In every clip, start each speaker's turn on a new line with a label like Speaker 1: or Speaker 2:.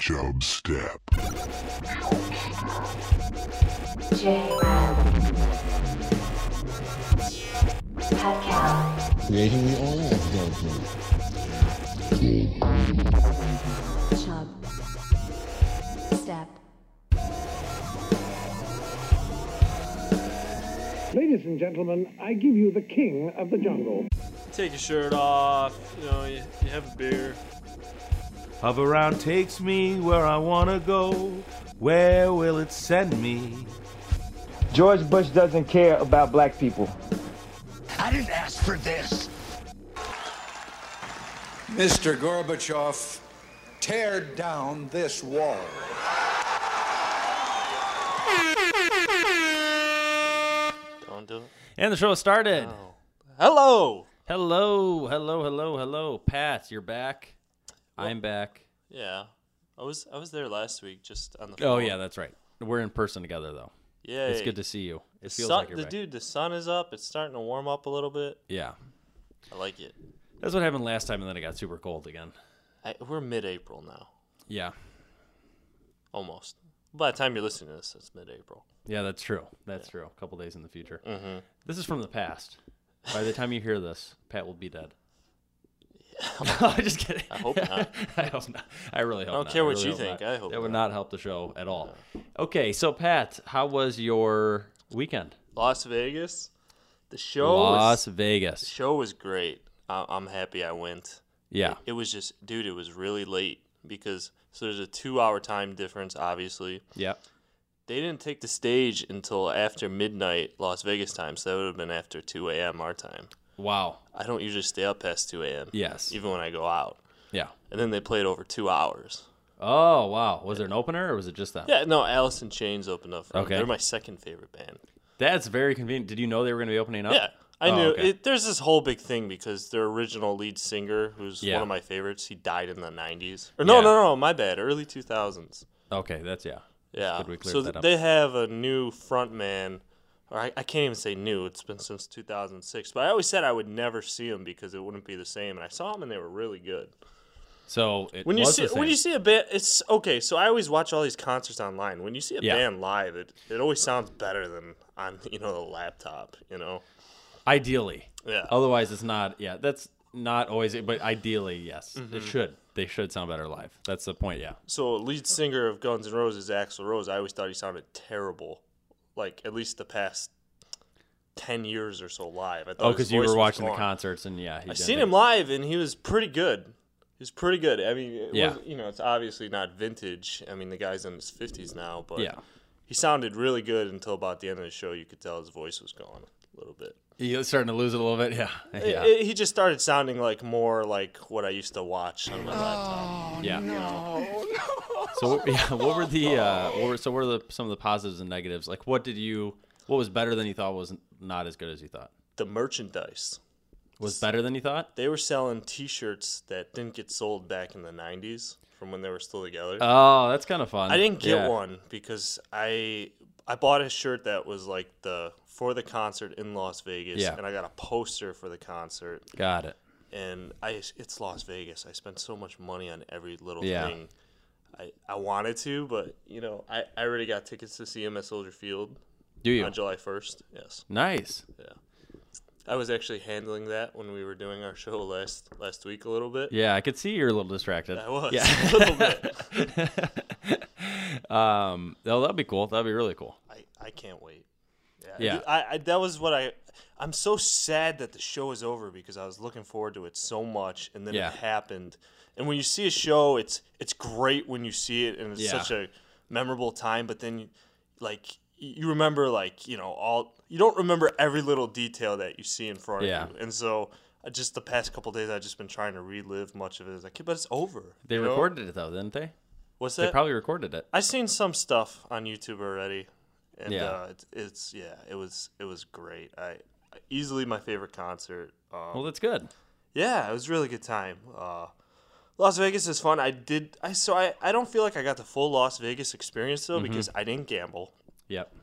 Speaker 1: Job Step.
Speaker 2: Creating the oil of
Speaker 3: Chub. Step.
Speaker 4: Ladies and gentlemen, I give you the king of the jungle.
Speaker 5: Take your shirt off. You know, you, you have a beer.
Speaker 6: Hover round takes me where I wanna go. Where will it send me?
Speaker 7: George Bush doesn't care about black people.
Speaker 8: Mr. Gorbachev, tear down this wall.
Speaker 5: Don't do it.
Speaker 9: And the show started.
Speaker 5: Hello.
Speaker 9: Hello, hello, hello, hello. Pat, you're back. I'm back.
Speaker 5: Yeah, I was I was there last week, just on the.
Speaker 9: Oh
Speaker 5: phone.
Speaker 9: yeah, that's right. We're in person together though.
Speaker 5: yeah.
Speaker 9: It's good to see you. It feels
Speaker 5: sun,
Speaker 9: like you're
Speaker 5: the
Speaker 9: back.
Speaker 5: dude. The sun is up. It's starting to warm up a little bit.
Speaker 9: Yeah.
Speaker 5: I like it.
Speaker 9: That's what happened last time and then it got super cold again.
Speaker 5: I, we're mid-April now,
Speaker 9: Yeah.
Speaker 5: almost. By the time you're listening to this, it's mid-April.
Speaker 9: Yeah, that's true. That's true. A couple days in the future. Mm-hmm. This is from the past. By the time you hear this, Pat will be dead. no, I'm just kidding. I
Speaker 5: hope not.
Speaker 9: I hope not. I really hope not.
Speaker 5: don't care what
Speaker 9: really
Speaker 5: you
Speaker 9: hope
Speaker 5: think.
Speaker 9: not.
Speaker 5: I hope
Speaker 9: that would
Speaker 5: not.
Speaker 9: not help the show at all. Okay, so Pat, how was your weekend?
Speaker 5: Las Vegas. The show. Was,
Speaker 9: Las
Speaker 5: the
Speaker 9: Vegas.
Speaker 5: show was great. I, I'm happy I went.
Speaker 9: Yeah.
Speaker 5: It was just, dude. It was really late because so there's a two-hour time difference, obviously.
Speaker 9: Yeah.
Speaker 5: They didn't take the stage until after midnight Las Vegas time, so that would have been after 2 a.m. our time.
Speaker 9: Wow.
Speaker 5: I don't usually stay up past 2 a.m.
Speaker 9: Yes.
Speaker 5: Even when I go out.
Speaker 9: Yeah.
Speaker 5: And then they played over two hours.
Speaker 9: Oh wow. Was there an opener or was it just that?
Speaker 5: Yeah, no, Alice in Chains opened up for me.
Speaker 9: Okay.
Speaker 5: They're my second favorite band.
Speaker 9: That's very convenient. Did you know they were going to be opening up?
Speaker 5: Yeah, I
Speaker 9: Oh,
Speaker 5: knew.
Speaker 9: okay.
Speaker 5: It, there's this whole big thing because their original lead singer, who's
Speaker 9: Yeah.
Speaker 5: one of my favorites, he died in the 90s. Or no,
Speaker 9: Yeah.
Speaker 5: no, no, my bad, early 2000s.
Speaker 9: Okay. That's yeah.
Speaker 5: Yeah.
Speaker 9: good we cleared
Speaker 5: So
Speaker 9: that up.
Speaker 5: they have a new front man. Or I, I can't even say new. It's been since 2006. But I always said I would never see him because it wouldn't be the same. And I saw him and they were really good.
Speaker 9: So it
Speaker 5: When you
Speaker 9: was
Speaker 5: see
Speaker 9: the same.
Speaker 5: when you see a band, it's okay. So I always watch all these concerts online. When you see a
Speaker 9: Yeah.
Speaker 5: band live, it, it always sounds better than on you know the laptop. You know.
Speaker 9: ideally.
Speaker 5: Yeah.
Speaker 9: Otherwise, it's not. Yeah. That's not always. it, But ideally, yes, it should. They should sound better live. That's the point. Yeah.
Speaker 5: Mm-hmm. So lead singer of Guns N' Roses, Axl Rose, I always thought he sounded terrible. Like at least the past ten years or so live. I thought
Speaker 9: Oh,
Speaker 5: his
Speaker 9: because you
Speaker 5: voice
Speaker 9: were
Speaker 5: was
Speaker 9: watching the
Speaker 5: gone.
Speaker 9: concerts and yeah. he
Speaker 5: I
Speaker 9: didn't
Speaker 5: seen
Speaker 9: make-
Speaker 5: him live and he was pretty good. He was pretty good. I mean, it
Speaker 9: Yeah.
Speaker 5: was, you know, it's obviously not vintage. I mean, the guy's in his fifties now, but
Speaker 9: Yeah.
Speaker 5: he sounded really good until about the end of the show. You could tell his voice was gone a little bit.
Speaker 9: He was starting to lose it a little bit. Yeah. Yeah.
Speaker 5: It- he just started sounding like more like what I used to watch on my laptop.
Speaker 9: yeah. So what- yeah, what were the uh, what were, so what were the some of the positives and negatives? Like, what did you? What was better than you thought? Was not as good as you thought?
Speaker 5: The merchandise.
Speaker 9: Was better than you thought?
Speaker 5: They were selling T-shirts that didn't get sold back in the '90s, from when they were still together.
Speaker 9: Oh, that's kind of fun.
Speaker 5: I didn't get
Speaker 9: Yeah.
Speaker 5: one because I I bought a shirt that was like the for the concert in Las Vegas,
Speaker 9: Yeah.
Speaker 5: and I got a poster for the concert.
Speaker 9: Got it.
Speaker 5: And I it's Las Vegas. I spent so much money on every little
Speaker 9: Yeah.
Speaker 5: thing. I, I wanted to, but you know, I, I already got tickets to see him at Soldier Field
Speaker 9: Do you?
Speaker 5: on July first. Yes,
Speaker 9: Nice.
Speaker 5: I was actually handling that when we were doing our show last last week a little bit.
Speaker 9: Yeah, I could see you're a little distracted.
Speaker 5: I was
Speaker 9: Yeah.
Speaker 5: a little bit.
Speaker 9: Um, oh, that'd be cool. That'd be really cool.
Speaker 5: I, I can't wait.
Speaker 9: Yeah.
Speaker 5: dude, I, I that was what I. I'm so sad that the show is over because I was looking forward to it so much, and then
Speaker 9: Yeah.
Speaker 5: it happened. And when you see a show, it's it's great when you see it, and it's
Speaker 9: Yeah.
Speaker 5: such a memorable time. But then, like you remember, like you know, all you don't remember every little detail that you see in front
Speaker 9: Yeah.
Speaker 5: of you, and so. I Just the past couple days, I've just been trying to relive much of it as I can, but it's over.
Speaker 9: They
Speaker 5: you know?
Speaker 9: recorded it though, didn't they?
Speaker 5: What's
Speaker 9: They
Speaker 5: that?
Speaker 9: probably recorded it.
Speaker 5: I've seen some stuff on YouTube already, and
Speaker 9: Yeah.
Speaker 5: uh, it's, it's yeah, it was it was great. I easily my favorite concert. Um,
Speaker 9: Well, that's good.
Speaker 5: yeah, it was a really good time. Uh, Las Vegas is fun. I did I so I, I don't feel like I got the full Las Vegas experience
Speaker 9: Mm-hmm.
Speaker 5: though because I didn't gamble.
Speaker 9: Yep.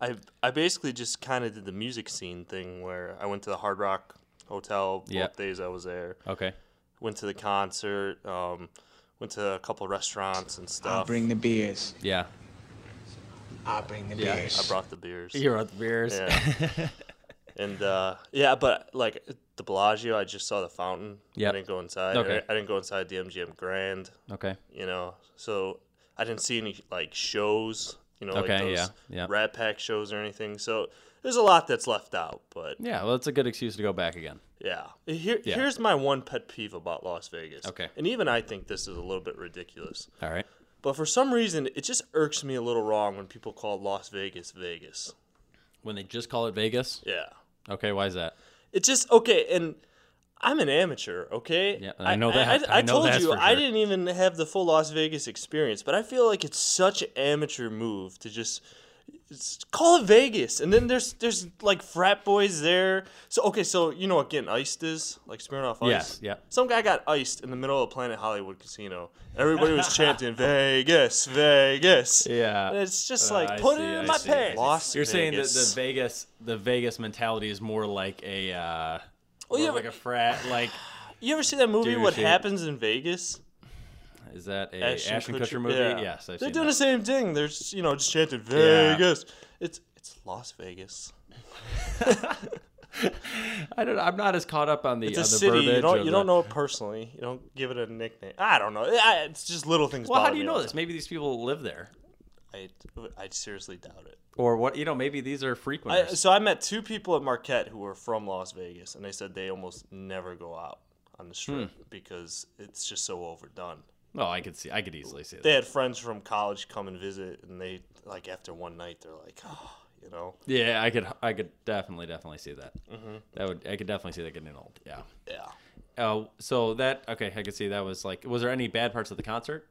Speaker 5: I I basically just kind of did the music scene thing where I went to the Hard Rock Hotel both
Speaker 9: Yep.
Speaker 5: days I was there
Speaker 9: Okay.
Speaker 5: went to the concert. Um, went to a couple restaurants and stuff.
Speaker 1: I'll bring the beers.
Speaker 9: Yeah.
Speaker 1: I'll bring the
Speaker 9: Yeah,
Speaker 1: beers.
Speaker 5: I brought the beers.
Speaker 9: You're out the beers. Yeah.
Speaker 5: Yeah. and uh, yeah, but like the Bellagio, I just saw the fountain.
Speaker 9: Yep.
Speaker 5: I didn't go inside.
Speaker 9: Okay.
Speaker 5: I, I didn't go inside the MGM Grand.
Speaker 9: Okay.
Speaker 5: You know, so I didn't see any like shows. You know, like
Speaker 9: Okay,
Speaker 5: those
Speaker 9: yeah, yeah.
Speaker 5: Rat Pack shows or anything. So there's a lot that's left out. But
Speaker 9: Yeah, well, that's a good excuse to go back again.
Speaker 5: yeah, Here,
Speaker 9: Yeah.
Speaker 5: here's my one pet peeve about Las Vegas.
Speaker 9: Okay.
Speaker 5: and even I think this is a little bit ridiculous.
Speaker 9: All right.
Speaker 5: But for some reason, it just irks me a little wrong when people call Las Vegas Vegas.
Speaker 9: When they just call it Vegas.
Speaker 5: Yeah.
Speaker 9: Okay, why is that?
Speaker 5: It's just okay, and I'm an amateur. Okay,
Speaker 9: Yeah, I know that.
Speaker 5: I,
Speaker 9: I know
Speaker 5: told
Speaker 9: that's
Speaker 5: you
Speaker 9: for
Speaker 5: I
Speaker 9: sure.
Speaker 5: didn't even have the full Las Vegas experience, but I feel like it's such an amateur move to just. it's- Call it Vegas, and then there's there's like frat boys there. So okay, so you know what getting iced is like Smirnoff Ice.
Speaker 9: Yes, yeah.
Speaker 5: Some guy got iced in the middle of Planet Hollywood Casino. Everybody was chanting Vegas, Vegas.
Speaker 9: Yeah.
Speaker 5: And it's just
Speaker 9: Uh,
Speaker 5: like
Speaker 9: I
Speaker 5: put
Speaker 9: see,
Speaker 5: it in
Speaker 9: I
Speaker 5: my
Speaker 9: see.
Speaker 5: pants. Las
Speaker 9: You're saying that
Speaker 5: Vegas.
Speaker 9: the Vegas, the Vegas mentality is more like a, uh,
Speaker 5: Well,
Speaker 9: more
Speaker 5: yeah,
Speaker 9: like
Speaker 5: but-
Speaker 9: a frat. Like,
Speaker 5: You ever see that movie?
Speaker 9: Dude,
Speaker 5: what
Speaker 9: dude.
Speaker 5: happens in Vegas?
Speaker 9: is that a Ashton, Kutcher, movie? Yes, I've
Speaker 5: they're
Speaker 9: seen
Speaker 5: doing
Speaker 9: that.
Speaker 5: the same thing. They're just, you know just chanting
Speaker 9: Yeah.
Speaker 5: Vegas. It's it's Las Vegas.
Speaker 9: I don't. know. I'm not as caught up on the.
Speaker 5: It's
Speaker 9: on
Speaker 5: a
Speaker 9: the
Speaker 5: city.
Speaker 9: verbiage
Speaker 5: You
Speaker 9: of
Speaker 5: don't you
Speaker 9: the-
Speaker 5: don't know it personally. You don't give it a nickname. I don't know. I, it's just little things.
Speaker 9: Well, how
Speaker 5: bother
Speaker 9: do you
Speaker 5: me
Speaker 9: know
Speaker 5: all
Speaker 9: this? Maybe these people live there,
Speaker 5: the time. I I seriously doubt it.
Speaker 9: or what? You know, maybe these are
Speaker 5: I,
Speaker 9: frequenters.
Speaker 5: so I met two people at Marquette who were from Las Vegas, and they said they almost never go out on the strip
Speaker 9: Hmm.
Speaker 5: because it's just so overdone.
Speaker 9: oh, I could see. I could easily see that.
Speaker 5: They had friends from college come and visit, and they like after one night they're like, oh, you know.
Speaker 9: Yeah, I could. I could definitely, definitely see that.
Speaker 5: Mm-hmm.
Speaker 9: That would. I could definitely see that getting old. Yeah.
Speaker 5: Yeah.
Speaker 9: Oh, so that okay, I could see that was like. Was there any bad parts of the concert,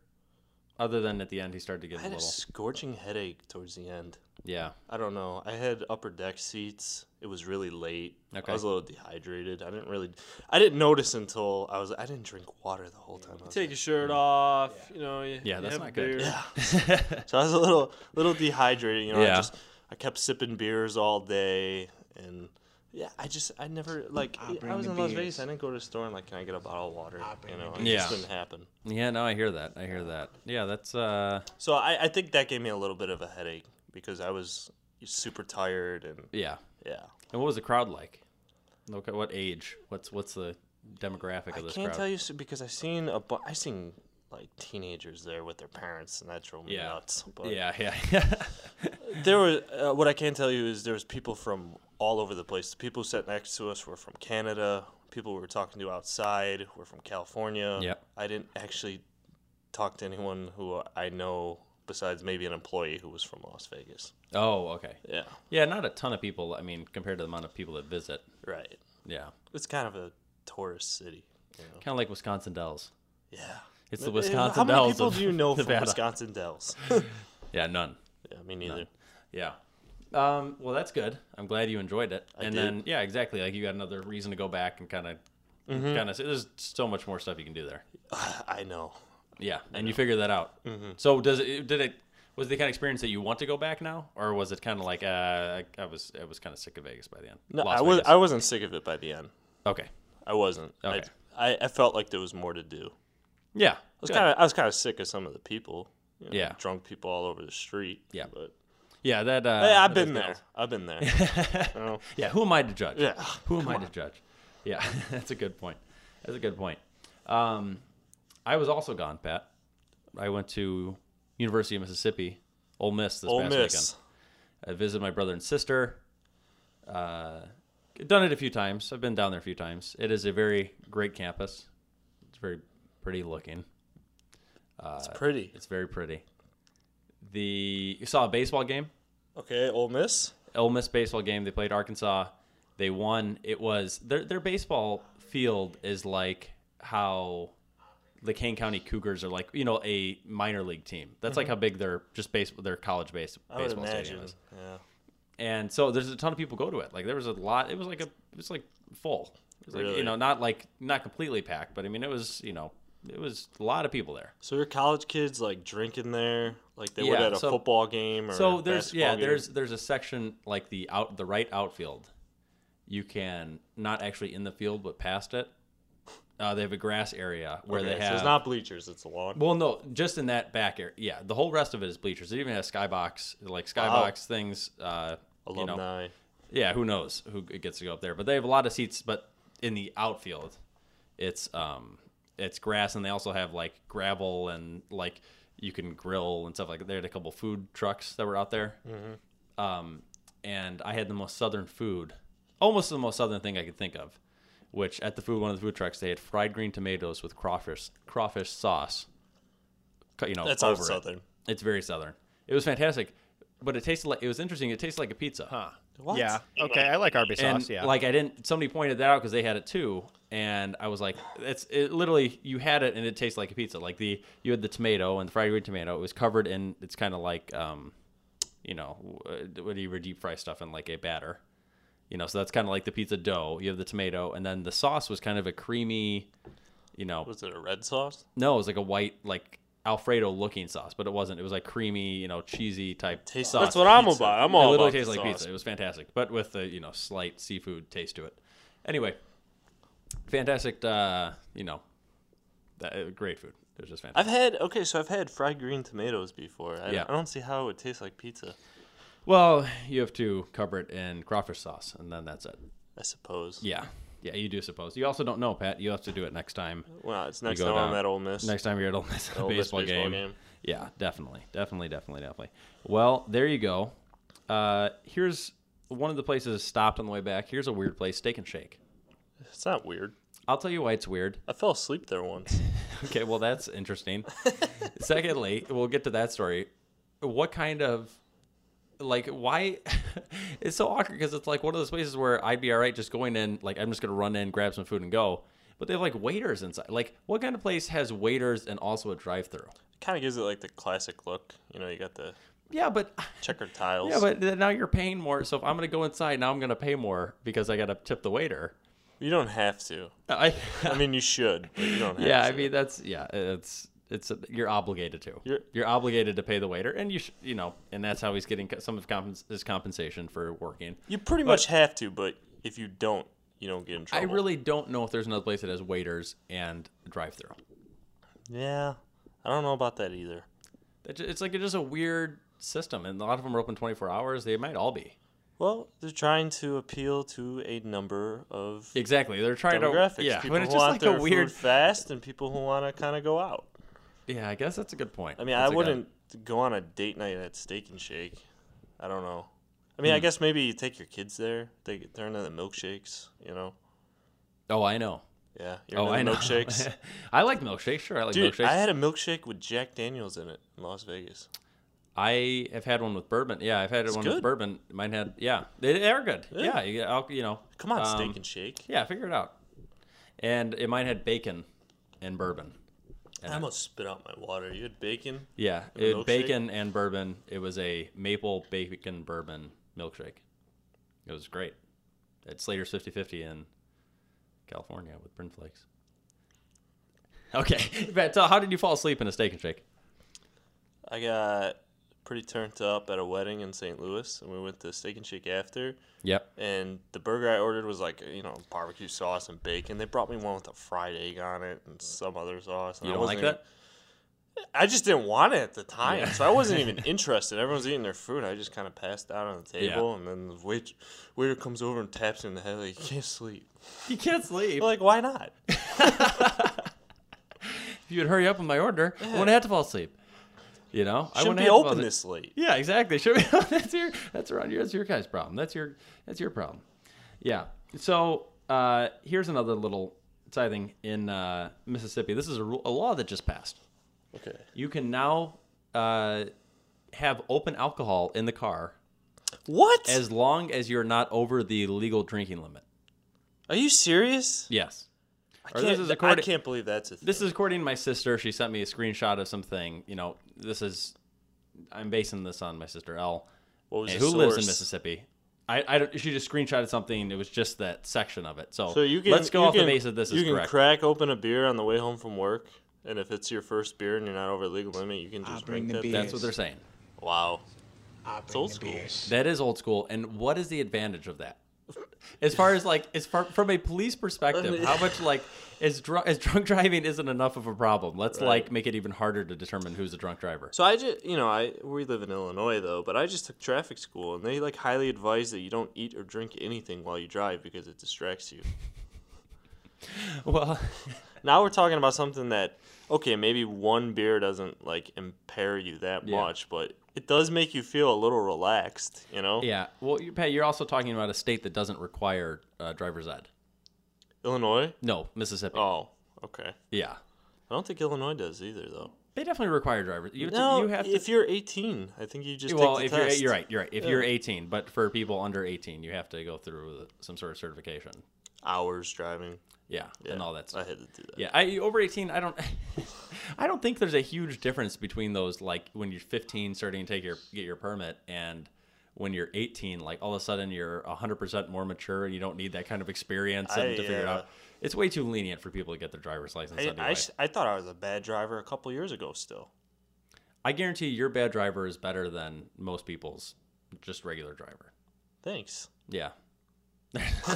Speaker 9: other than at the end he started to get
Speaker 5: I
Speaker 9: a
Speaker 5: had
Speaker 9: little?
Speaker 5: a scorching headache towards the end.
Speaker 9: Yeah.
Speaker 5: I don't know. I had upper deck seats. It was really late. I
Speaker 9: Okay.
Speaker 5: was a little dehydrated. I didn't really I didn't notice until I was I didn't drink water the whole time. I was
Speaker 10: Take your shirt off. You know. You, you
Speaker 9: Yeah, that's
Speaker 10: have a
Speaker 9: not good.
Speaker 10: beer.
Speaker 5: like- so I was a little little dehydrated, you know.
Speaker 9: Yeah.
Speaker 5: I just I kept sipping beers all day and yeah, I just I never like i
Speaker 1: bring
Speaker 5: was
Speaker 1: the
Speaker 5: in Las Vegas.
Speaker 1: beers.
Speaker 5: I didn't go to the store and like can I get a bottle of water?
Speaker 1: bring
Speaker 5: You
Speaker 1: the
Speaker 5: know, it
Speaker 1: beers.
Speaker 5: just
Speaker 9: Yeah.
Speaker 5: didn't happen.
Speaker 9: Yeah. No, I hear that. I hear that. Yeah, that's. uh
Speaker 5: So I, I think that gave me a little bit of a headache because I was super tired and
Speaker 9: Yeah.
Speaker 5: yeah.
Speaker 9: And what was the crowd like? Look at what age? What's what's the demographic
Speaker 5: I
Speaker 9: of this
Speaker 5: can't
Speaker 9: crowd?
Speaker 5: tell you s- because I seen a bu- I seen like teenagers there with their parents, and that drove me
Speaker 9: Yeah.
Speaker 5: nuts. But
Speaker 9: Yeah, yeah, yeah.
Speaker 5: there were uh, what I can tell you is there was people from all over the place. The people who sat next to us were from Canada. People we were talking to outside were from California.
Speaker 9: Yep.
Speaker 5: I didn't actually talk to anyone who I know besides maybe an employee who was from Las Vegas.
Speaker 9: oh, okay.
Speaker 5: Yeah,
Speaker 9: Yeah, not a ton of people. I mean, compared to the amount of people that visit.
Speaker 5: right.
Speaker 9: Yeah,
Speaker 5: It's kind of a tourist city. You know?
Speaker 9: kind of like Wisconsin Dells.
Speaker 5: Yeah.
Speaker 9: It's the
Speaker 5: Uh,
Speaker 9: Wisconsin
Speaker 5: How many
Speaker 9: Dells
Speaker 5: people
Speaker 9: of
Speaker 5: do you know from
Speaker 9: Nevada.
Speaker 5: Wisconsin Dells?
Speaker 9: Yeah, none.
Speaker 5: yeah, me neither.
Speaker 9: Yeah. Um, well, that's good. I'm glad you enjoyed it. and
Speaker 5: did.
Speaker 9: then, yeah, exactly. Like you got another reason to go back and kind of,
Speaker 5: Mm-hmm.
Speaker 9: kind of. There's so much more stuff you can do there.
Speaker 5: I know. Mm-hmm.
Speaker 9: Yeah, and you figure that out. So does it? Did it? Was the kind of experience that you want to go back now, or was it kind of like uh, I, I was? I was kind of sick of Vegas by the end.
Speaker 5: No,
Speaker 9: Las
Speaker 5: I was
Speaker 9: Vegas.
Speaker 5: I wasn't sick of it by the end.
Speaker 9: okay.
Speaker 5: I wasn't.
Speaker 9: Okay.
Speaker 5: I, I I felt like there was more to do. I
Speaker 9: Yeah. I
Speaker 5: was kind of I was kind of sick of some of the people. you know,
Speaker 9: Yeah.
Speaker 5: Drunk people all over the street.
Speaker 9: Yeah.
Speaker 5: But
Speaker 9: Yeah, that. Uh,
Speaker 5: Hey, I've
Speaker 9: that
Speaker 5: been
Speaker 9: is
Speaker 5: there.
Speaker 9: nuts.
Speaker 5: I've been there. You know?
Speaker 9: Yeah, who am I to judge?
Speaker 5: Yeah.
Speaker 9: Who am I to judge? Yeah, that's a good point. That's a good point. Um, I was also gone, Pat. I went to University of Mississippi, Ole Miss this
Speaker 5: Ole
Speaker 9: past
Speaker 5: Miss.
Speaker 9: weekend. I visited my brother and sister. Uh, done it a few times. I've been down there a few times. It is a very great campus. It's very pretty looking.
Speaker 5: It's pretty.
Speaker 9: It's very pretty. The you saw a baseball game.
Speaker 5: Okay, Ole Miss.
Speaker 9: Ole Miss baseball game. They played Arkansas. They won. It was their their baseball field is like how the Kane County Cougars are like you know a minor league team. That's like how big their just base their college base
Speaker 5: Mm-hmm. I would
Speaker 9: baseball
Speaker 5: imagine.
Speaker 9: stadium is.
Speaker 5: Yeah.
Speaker 9: And so there's a ton of people go to it. Like there was a lot. It was like a it was like full. It was like,
Speaker 5: Really?
Speaker 9: You know, not like not completely packed, but I mean it was you know it was a lot of people there.
Speaker 5: So your college kids like drinking there, like they would
Speaker 9: Yeah,
Speaker 5: at a
Speaker 9: so-
Speaker 5: football game or
Speaker 9: so
Speaker 5: a
Speaker 9: there's
Speaker 5: basketball
Speaker 9: yeah
Speaker 5: game?
Speaker 9: there's there's a section like the out the right outfield you can not actually in the field but past it Uh, they have a grass area where
Speaker 5: Okay,
Speaker 9: they have
Speaker 5: so it's not bleachers, it's a lawn.
Speaker 9: Well, no, just in that back area. Yeah, the whole rest of it is bleachers. It even has skybox, like
Speaker 5: Wow.
Speaker 9: skybox things. Uh, you know.
Speaker 5: Alumni.
Speaker 9: yeah, who knows who g- gets to go up there? But they have a lot of seats. But in the outfield, it's um, it's grass, and they also have like gravel and like you can grill and stuff like that. They had a couple food trucks that were out there. Um, and I had the most southern food, almost the most southern thing I could think of. Which at the food one of the food trucks they had fried green tomatoes with crawfish crawfish sauce. Cu- You know,
Speaker 5: That sounds
Speaker 9: over it.
Speaker 5: southern.
Speaker 9: It's very southern. It was fantastic, but it tasted like it was interesting. It tasted like a pizza. Huh.
Speaker 5: What?
Speaker 11: Yeah. Okay. I like Arby's
Speaker 9: And
Speaker 11: sauce. Yeah.
Speaker 9: like I didn't. Somebody pointed that out because they had it too, and I was like, "It's it literally you had it and it tastes like a pizza. Like the you had the tomato and the fried green tomato. It was covered in. It's kind of like um, you know, uh, what do you deep fry stuff in like a batter, you know? So that's kind of like the pizza dough. You have the tomato, and then the sauce was kind of a creamy, you know,
Speaker 5: Was it a red sauce?
Speaker 9: no, it was like a white like. Alfredo looking sauce, but it wasn't. It was like creamy, you know, cheesy type
Speaker 5: Tastes-
Speaker 9: sauce.
Speaker 5: that's what I'm
Speaker 9: Pizza.
Speaker 5: about. I'm
Speaker 9: It
Speaker 5: all
Speaker 9: literally
Speaker 5: about the
Speaker 9: tastes like
Speaker 5: sauce.
Speaker 9: pizza. It was fantastic, but with the you know slight seafood taste to it. Anyway, fantastic. Uh, you know, that, uh, great food. It was just fantastic.
Speaker 5: I've had okay, so I've had fried green tomatoes before. I,
Speaker 9: Yeah.
Speaker 5: I don't see how it tastes like pizza.
Speaker 9: well, you have to cover it in crawfish sauce, and then that's it.
Speaker 5: I suppose.
Speaker 9: Yeah, yeah. You do suppose. You also don't know, Pat. You have to do it next time.
Speaker 5: Well, it's
Speaker 9: you
Speaker 5: next
Speaker 9: go
Speaker 5: time I'm
Speaker 9: down.
Speaker 5: at Ole Miss.
Speaker 9: Next time you're at Ole Miss, at a
Speaker 5: Ole Miss
Speaker 9: baseball,
Speaker 5: baseball
Speaker 9: game.
Speaker 5: game.
Speaker 9: Yeah, definitely, definitely, definitely, definitely. Well, there you go. Uh, here's one of the places stopped on the way back. Here's a weird place, Steak and Shake.
Speaker 5: It's not weird.
Speaker 9: I'll tell you why it's weird.
Speaker 5: I fell asleep there once.
Speaker 9: Okay, well that's interesting. Secondly, we'll get to that story. What kind of like why it's so awkward because it's like one of those places where I'd be all right just going in like I'm just gonna run in, grab some food and go. But they have like waiters inside. Like what kind of place has waiters and also a drive through?
Speaker 5: it kind of gives it like the classic look. You know, you got the
Speaker 9: Yeah, but
Speaker 5: checkered tiles.
Speaker 9: yeah, but then now you're paying more. So if I'm gonna go inside, now I'm gonna pay more because I gotta tip the waiter.
Speaker 5: you don't have to.
Speaker 9: I,
Speaker 5: I mean, you should, but you don't have
Speaker 9: yeah,
Speaker 5: to.
Speaker 9: I mean that's yeah, it's it's uh, you're obligated to.
Speaker 5: You're-
Speaker 9: you're obligated to pay the waiter, and you sh- you know, and that's how he's getting co- some of compens- his compensation for working.
Speaker 5: you pretty much have to, but if you don't, you don't get in
Speaker 9: I
Speaker 5: trouble.
Speaker 9: really don't know if there's another place that has waiters and drive-through.
Speaker 5: yeah, I don't know about that either.
Speaker 9: It's like it's just a weird system, and a lot of them are open 24 hours. They might all be.
Speaker 5: Well, they're trying to appeal to a number of
Speaker 9: Exactly, they're trying
Speaker 5: demographics.
Speaker 9: to yeah.
Speaker 5: people
Speaker 9: But it's
Speaker 5: who
Speaker 9: just
Speaker 5: want
Speaker 9: like
Speaker 5: their
Speaker 9: a weird.
Speaker 5: food fast and people who want to kind of go out.
Speaker 9: yeah, I guess that's a good point.
Speaker 5: I mean,
Speaker 9: That's a
Speaker 5: I
Speaker 9: good-
Speaker 5: wouldn't go on a date night at Steak and Shake. I don't know. I mean, I
Speaker 9: Hmm.
Speaker 5: guess maybe you take your kids there. They they're into the milkshakes, you know.
Speaker 9: Oh, I know.
Speaker 5: Yeah, you're into
Speaker 9: Oh,
Speaker 5: the
Speaker 9: I know.
Speaker 5: milkshakes.
Speaker 9: I like milkshakes. Sure, I like
Speaker 5: Dude,
Speaker 9: milkshakes.
Speaker 5: I had a milkshake with Jack Daniels in it in Las Vegas.
Speaker 9: I have had one with bourbon. Yeah, I've had one
Speaker 5: good.
Speaker 9: with bourbon. Mine had yeah, they, they are good. Yeah, you, get al- you know.
Speaker 5: Come on,
Speaker 9: um,
Speaker 5: Steak and Shake.
Speaker 9: Yeah, figure it out. And it mine had bacon and bourbon.
Speaker 5: I almost spit out my water. You had bacon.
Speaker 9: Yeah,
Speaker 5: And a
Speaker 9: it-
Speaker 5: milkshake?
Speaker 9: bacon and bourbon. It was a maple bacon bourbon milkshake. It was great. At Slater's 50-50 in California with Bryn Flakes. Okay, Matt, tell- how did you fall asleep in a steak and shake?
Speaker 5: I got pretty turned up at a wedding in St. Louis, and we went to Steak and Shake after.
Speaker 9: Yep.
Speaker 5: And the burger I ordered was like you know barbecue sauce and bacon. They brought me one with a fried egg on it and some other sauce. And
Speaker 9: You
Speaker 5: I
Speaker 9: don't like
Speaker 5: wasn't even-
Speaker 9: that?
Speaker 5: I just didn't want it at the time, so I wasn't even interested. Everyone's eating their food. I just kind of passed out on the table, and then the wait- waiter comes over and taps me in the head like, "You can't sleep."
Speaker 9: You can't sleep.
Speaker 5: Like, why not?
Speaker 9: if you would hurry up with my order, I wouldn't have to fall asleep. You know, I
Speaker 5: Shouldn't
Speaker 9: wouldn't
Speaker 5: be
Speaker 9: have to fall
Speaker 5: open
Speaker 9: asleep.
Speaker 5: this late.
Speaker 9: Yeah, exactly. Should we, that's your that's around your that's your guy's problem. That's your that's your problem. Yeah. So uh, here's another little side thing in uh, Mississippi. This is a, rule, a law that just passed.
Speaker 5: Okay.
Speaker 9: You can now uh, have open alcohol in the car
Speaker 5: What?
Speaker 9: as long as you're not over the legal drinking limit.
Speaker 5: Are you serious?
Speaker 9: Yes.
Speaker 5: I
Speaker 9: Or
Speaker 5: can't,
Speaker 9: this is
Speaker 5: I
Speaker 9: according-
Speaker 5: can't believe that's a thing.
Speaker 9: This is according to my sister. She sent me a screenshot of something. You know, this is. I'm basing this on my sister L,
Speaker 5: what was
Speaker 9: eh,
Speaker 5: the
Speaker 9: who lives in
Speaker 5: source?
Speaker 9: Mississippi. I, I don't, she just screenshotted something. It was just that section of it. So,
Speaker 5: So you can
Speaker 9: let's go
Speaker 5: you
Speaker 9: off the
Speaker 5: can-
Speaker 9: base that this
Speaker 5: you
Speaker 9: is
Speaker 5: can
Speaker 9: correct.
Speaker 5: crack open a beer on the way home from work, and if it's your first beer and you're not over the legal limit, you can
Speaker 1: I'll
Speaker 5: just
Speaker 1: bring the
Speaker 5: drink that.
Speaker 1: beer.
Speaker 9: That's what they're saying.
Speaker 5: Wow.
Speaker 1: I bring
Speaker 5: old
Speaker 1: the
Speaker 5: school.
Speaker 1: beers.
Speaker 9: That is old school. And what is the advantage of that? As far as like, as far from a police perspective, how much like is dr- is drunk driving isn't enough of a problem? Let's like make it even harder to determine who's a drunk driver.
Speaker 5: So I just, you know, I we live in Illinois though, but I just took traffic school, and they like highly advise that you don't eat or drink anything while you drive because it distracts you.
Speaker 9: Well,
Speaker 5: now we're talking about something that, okay, maybe one beer doesn't like impair you that
Speaker 9: Yeah.
Speaker 5: much, but it does make you feel a little relaxed, you know.
Speaker 9: yeah. Well, you, Pat, you're also talking about a state that doesn't require uh, driver's ed.
Speaker 5: Illinois.
Speaker 9: No, Mississippi.
Speaker 5: Oh, okay.
Speaker 9: Yeah,
Speaker 5: I don't think Illinois does either though.
Speaker 9: they definitely require drivers. You have
Speaker 5: No,
Speaker 9: to, you have to
Speaker 5: if you're 18, I think you just
Speaker 9: well,
Speaker 5: take
Speaker 9: if
Speaker 5: the
Speaker 9: you're
Speaker 5: test.
Speaker 9: you're right, you're right. If you're 18, but for people under 18, you have to go through some sort of certification.
Speaker 5: Hours driving
Speaker 9: Yeah, and all that
Speaker 5: I
Speaker 9: stuff.
Speaker 5: had to do that.
Speaker 9: Oh, Yeah, I over 18, I don't I don't think there's a huge difference between those like when you're 15 starting to take your get your permit and when you're 18, like all of a sudden you're 100% more mature and you don't need that kind of experience and
Speaker 5: I,
Speaker 9: to figure it
Speaker 5: uh,
Speaker 9: out. It's way too lenient for people to get their driver's license
Speaker 5: I,
Speaker 9: anyway.
Speaker 5: I, s- I thought I was a bad driver a couple years ago still.
Speaker 9: I guarantee your bad driver is better than most people's just regular driver.
Speaker 5: Thanks.
Speaker 9: Yeah.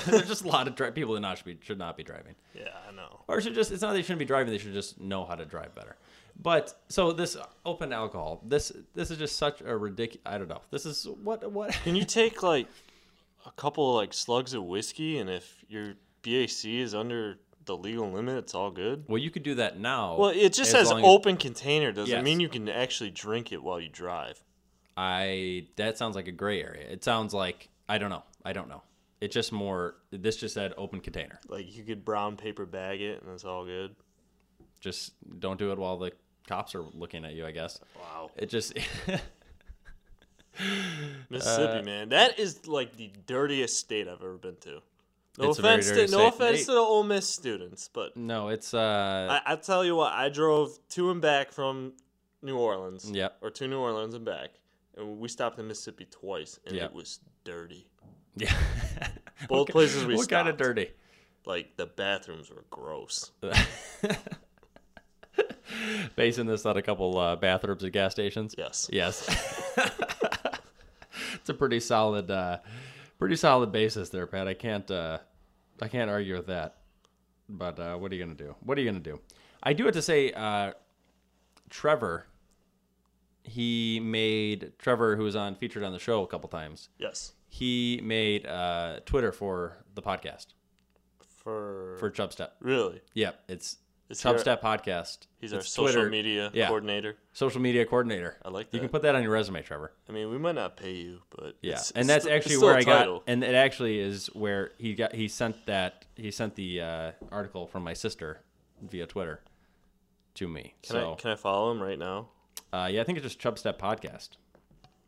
Speaker 9: There's just a lot of dri- people that not should, be, should not be driving.
Speaker 5: Yeah, I know.
Speaker 9: Or should just, it's not they shouldn't be driving, they should just know how to drive better. But so this open alcohol, this this is just such a ridiculous. I don't know. This is what what.
Speaker 5: Can you take like a couple like slugs of whiskey and if your BAC is under the legal limit, it's all good?
Speaker 9: Well, you could do that now.
Speaker 5: Well, it just
Speaker 9: as
Speaker 5: says
Speaker 9: long as-
Speaker 5: open container doesn't
Speaker 9: Yes.
Speaker 5: mean you can actually drink it while you drive.
Speaker 9: I that sounds like a gray area. It sounds like I don't know. I don't know. It just more. This just said open container.
Speaker 5: Like you could brown paper bag it and it's all good.
Speaker 9: Just don't do it while the cops are looking at you. I guess.
Speaker 5: Wow.
Speaker 9: It just. Uh,
Speaker 5: Mississippi, man. That is like the dirtiest state I've ever been to. No
Speaker 9: It's a very
Speaker 5: offense to
Speaker 9: dirty
Speaker 5: no
Speaker 9: state.
Speaker 5: offense
Speaker 9: They-
Speaker 5: to the Ole Miss students, but
Speaker 9: no, it's uh.
Speaker 5: I, I tell you what, I drove to and back from New Orleans.
Speaker 9: Yep.
Speaker 5: Or to New Orleans and back. And we stopped in Mississippi twice and
Speaker 9: Yep.
Speaker 5: it was dirty.
Speaker 9: Yeah.
Speaker 5: Both
Speaker 9: What ki-
Speaker 5: places we
Speaker 9: What kind of
Speaker 5: stopped.
Speaker 9: dirty?
Speaker 5: Like the bathrooms were gross.
Speaker 9: Basing this on a couple uh, bathrooms at gas stations.
Speaker 5: Yes.
Speaker 9: Yes. it's a pretty solid, uh, pretty solid basis there, Pat. I can't, uh, I can't argue with that. But uh, what are you gonna do? What are you gonna do? I do have to say, uh, Trevor. He made Trevor, who was on featured on the show a couple times.
Speaker 5: Yes.
Speaker 9: He made uh, Twitter for the podcast
Speaker 5: For,
Speaker 9: for Chubstep.
Speaker 5: really.
Speaker 9: Yep, it's
Speaker 5: It's
Speaker 9: Substep
Speaker 5: our-
Speaker 9: Podcast.
Speaker 5: He's
Speaker 9: It's
Speaker 5: our social
Speaker 9: Twitter-
Speaker 5: media
Speaker 9: yeah,
Speaker 5: coordinator.
Speaker 9: Social media coordinator.
Speaker 5: I like
Speaker 9: You can
Speaker 5: that.
Speaker 9: put that on your resume, Trevor.
Speaker 5: I mean, we might not pay you, but
Speaker 9: Yeah,
Speaker 5: it's-
Speaker 9: and
Speaker 5: it's
Speaker 9: that's
Speaker 5: st- it's
Speaker 9: actually
Speaker 5: still
Speaker 9: where
Speaker 5: a
Speaker 9: I got,
Speaker 5: title.
Speaker 9: and it actually is where he got. He sent that. He sent the uh, article from my sister via Twitter to me.
Speaker 5: Can
Speaker 9: so
Speaker 5: I can I follow him right now?
Speaker 9: uh, yeah, I think it's just Chubstep Podcast.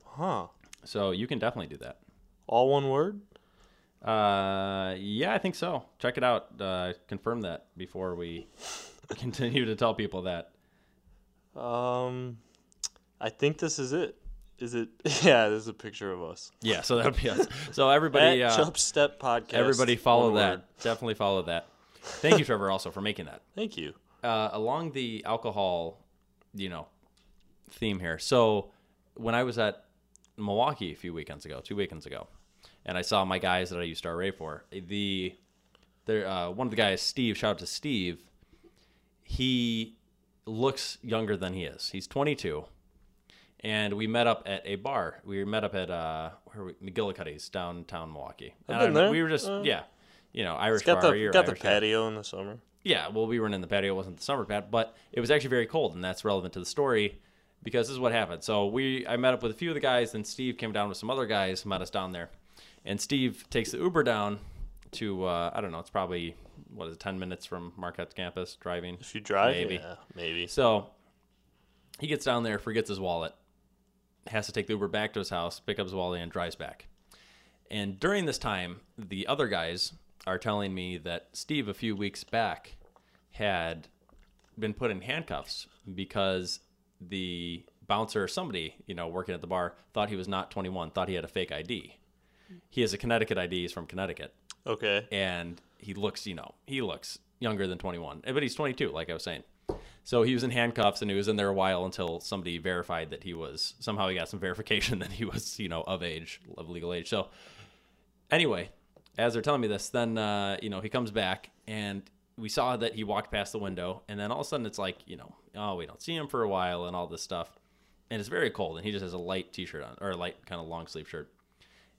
Speaker 5: Huh.
Speaker 9: So you can definitely do that.
Speaker 5: All one word?
Speaker 9: Uh, yeah, I think so. Check it out. Uh, confirm that before we continue to tell people that.
Speaker 5: Um I think this is it. Is it yeah, this is a picture of us.
Speaker 9: Yeah, so that'll be us. So everybody,
Speaker 5: At
Speaker 9: uh,
Speaker 5: Chub Step Podcast.
Speaker 9: Everybody follow
Speaker 5: One
Speaker 9: that.
Speaker 5: word.
Speaker 9: Definitely follow that. Thank you, Trevor, also for making that.
Speaker 5: Thank you.
Speaker 9: Uh, along the alcohol, you know, theme here. So when I was at Milwaukee a few weekends ago, two weekends ago, and I saw my guys that I used to RA for, the there uh, one of the guys, Steve, shout out to Steve, he looks younger than he is. He's 22. And we met up at a bar. We met up at uh, where are we, McGillicuddy's downtown Milwaukee. And I
Speaker 5: been
Speaker 9: don't know,
Speaker 5: there.
Speaker 9: We were just
Speaker 5: Uh,
Speaker 9: yeah, you know, Irish
Speaker 5: Got
Speaker 9: bar.
Speaker 5: the
Speaker 9: you're
Speaker 5: got the
Speaker 9: Irish guy.
Speaker 5: patio in the summer.
Speaker 9: Yeah, well, we weren't in the patio. It wasn't the summer pad, but it was actually very cold, and that's relevant to the story because this is what happened. So we, I met up with a few of the guys, then Steve came down with some other guys, met us down there, and Steve takes the Uber down to uh, I don't know, it's probably what is it, ten minutes from Marquette's campus driving.
Speaker 5: If you drive,
Speaker 9: Maybe.
Speaker 5: yeah, maybe.
Speaker 9: So he gets down there, forgets his wallet, has to take the Uber back to his house, pick up his wallet, and drives back. And during this time, the other guys are telling me that Steve, a few weeks back, had been put in handcuffs because the bouncer or somebody, you know, working at the bar thought he was not 21, thought he had a fake ID. He has a Connecticut ID, he's from Connecticut
Speaker 5: Okay.
Speaker 9: and he looks, you know, he looks younger than 21, but he's 22, like I was saying. So he was in handcuffs and he was in there a while until somebody verified that he was somehow he got some verification that he was, you know, of age, of legal age. So anyway, as they're telling me this, then uh, you know he comes back and we saw that he walked past the window, and then all of a sudden it's like you know oh we don't see him for a while and all this stuff, and it's very cold and he just has a light t-shirt on or a light kind of long sleeve shirt,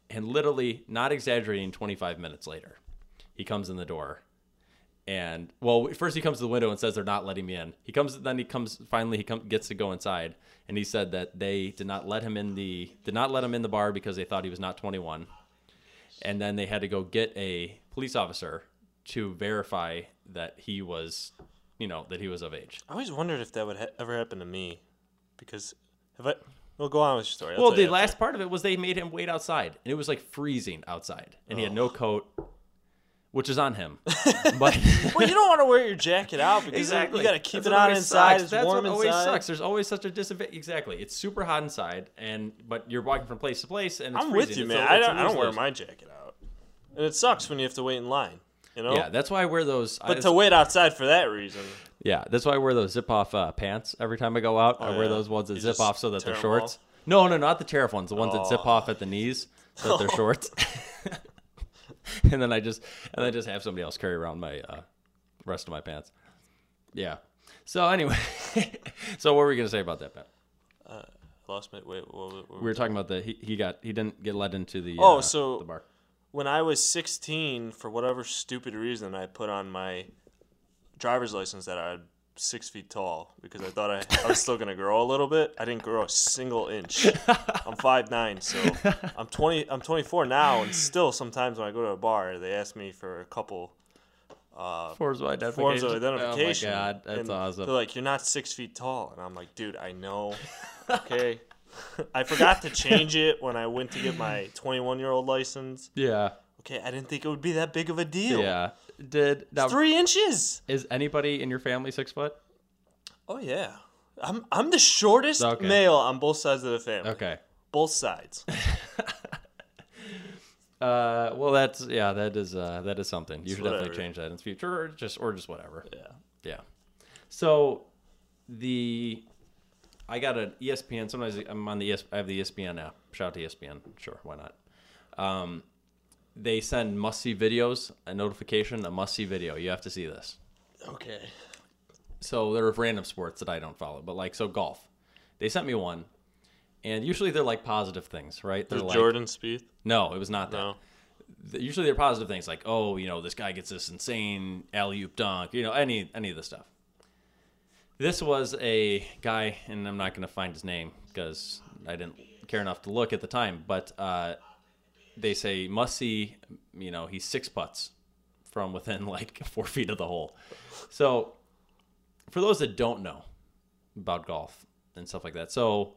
Speaker 9: and literally not exaggerating, 25 minutes later, he comes in the door. And well, first he comes to the window and says they're not letting me in. He comes, then he comes. Finally, he come, gets to go inside, and he said that they did not let him in the did not let him in the bar because they thought he was not 21 and then they had to go get a police officer to verify that he was you know that he was of age
Speaker 5: I always wondered if that would ha- ever happen to me, because have I? Well, go on with your story. I'll
Speaker 9: well
Speaker 5: tell
Speaker 9: the
Speaker 5: you after.
Speaker 9: last part of it was they made him wait outside and it was like freezing outside and he had no coat which is on him but
Speaker 5: Well, you don't want to wear your jacket out because you got to keep
Speaker 9: That's
Speaker 5: it
Speaker 9: what
Speaker 5: on
Speaker 9: always
Speaker 5: inside.
Speaker 9: sucks.
Speaker 5: It's
Speaker 9: That's
Speaker 5: warm
Speaker 9: what always
Speaker 5: inside.
Speaker 9: sucks. There's always such a disadvantage. Exactly. It's super hot inside, and but you're walking from place to place, and it's
Speaker 5: I'm with you,
Speaker 9: freezing.
Speaker 5: man.
Speaker 9: It's a-
Speaker 5: I
Speaker 9: it's a
Speaker 5: don't, I don't wear
Speaker 9: lose-lose.
Speaker 5: my jacket out, and it sucks when you have to wait in line. You know.
Speaker 9: Yeah, that's why I wear those. I
Speaker 5: but
Speaker 9: just-
Speaker 5: to wait outside for that reason,
Speaker 9: Yeah, that's why I wear those zip off uh, pants every time I go out. I wear
Speaker 5: Oh, yeah.
Speaker 9: those ones that
Speaker 5: You
Speaker 9: zip
Speaker 5: just
Speaker 9: off so that
Speaker 5: tear
Speaker 9: they're
Speaker 5: 'em
Speaker 9: shorts.
Speaker 5: off? Oh.
Speaker 9: No, no, not the tariff ones. The ones that zip off at the knees so that they're shorts. and then I just and I just have somebody else carry around my uh, rest of my pants. Yeah. So anyway, so what were we gonna say about that, Pat?
Speaker 5: I lost my wait. What, what, what-
Speaker 9: We were talking about the he, he got he didn't get led into the
Speaker 5: Oh,
Speaker 9: uh,
Speaker 5: so-
Speaker 9: the bar.
Speaker 5: when I was 16, for whatever stupid reason, I put on my driver's license that I'm six feet tall because I thought I, I was still going to grow a little bit. I didn't grow a single inch. I'm 5'9", so I'm 20. I'm 24 now, and still sometimes when I go to a bar, they ask me for a couple
Speaker 9: Forms of identification.
Speaker 5: forms of identification.
Speaker 9: Oh my god, that's
Speaker 5: and
Speaker 9: awesome.
Speaker 5: They're like, "You're not six feet tall," and I'm like, "Dude, I know." Okay. I forgot to change it when I went to get my 21 year old license.
Speaker 9: yeah,
Speaker 5: Okay, I didn't think it would be that big of a deal.
Speaker 9: yeah. Did now
Speaker 5: Three inches.
Speaker 9: is anybody in your family six foot?
Speaker 5: Oh yeah. I'm I'm the shortest
Speaker 9: Okay.
Speaker 5: male on both sides of the family.
Speaker 9: Okay.
Speaker 5: Both sides.
Speaker 9: Uh, well, that's yeah, that is uh, that is something. You should definitely
Speaker 5: whatever.
Speaker 9: change that in the future, or just or just whatever. Yeah, yeah. So the I got an E ESPN. Sometimes I'm on the ES, I have the E ESPN app. Shout out to E ESPN. Sure, why not? Um, they send must see videos, a notification, a must see video. You have to see this.
Speaker 5: Okay.
Speaker 9: So there are random sports that I don't follow, but like so golf. They sent me one, and usually they're like positive things, right? They're like
Speaker 5: Jordan Spieth.
Speaker 9: no, it was not that
Speaker 5: No.
Speaker 9: usually they're positive things like, oh, you know, this guy gets this insane alley oop dunk, you know, any any of this stuff. This was a guy, and I'm not going to find his name because I didn't care enough to look at the time, but uh, they say must see, you know, he's six putts from within like four feet of the hole. So, for those that don't know about golf and stuff like that, so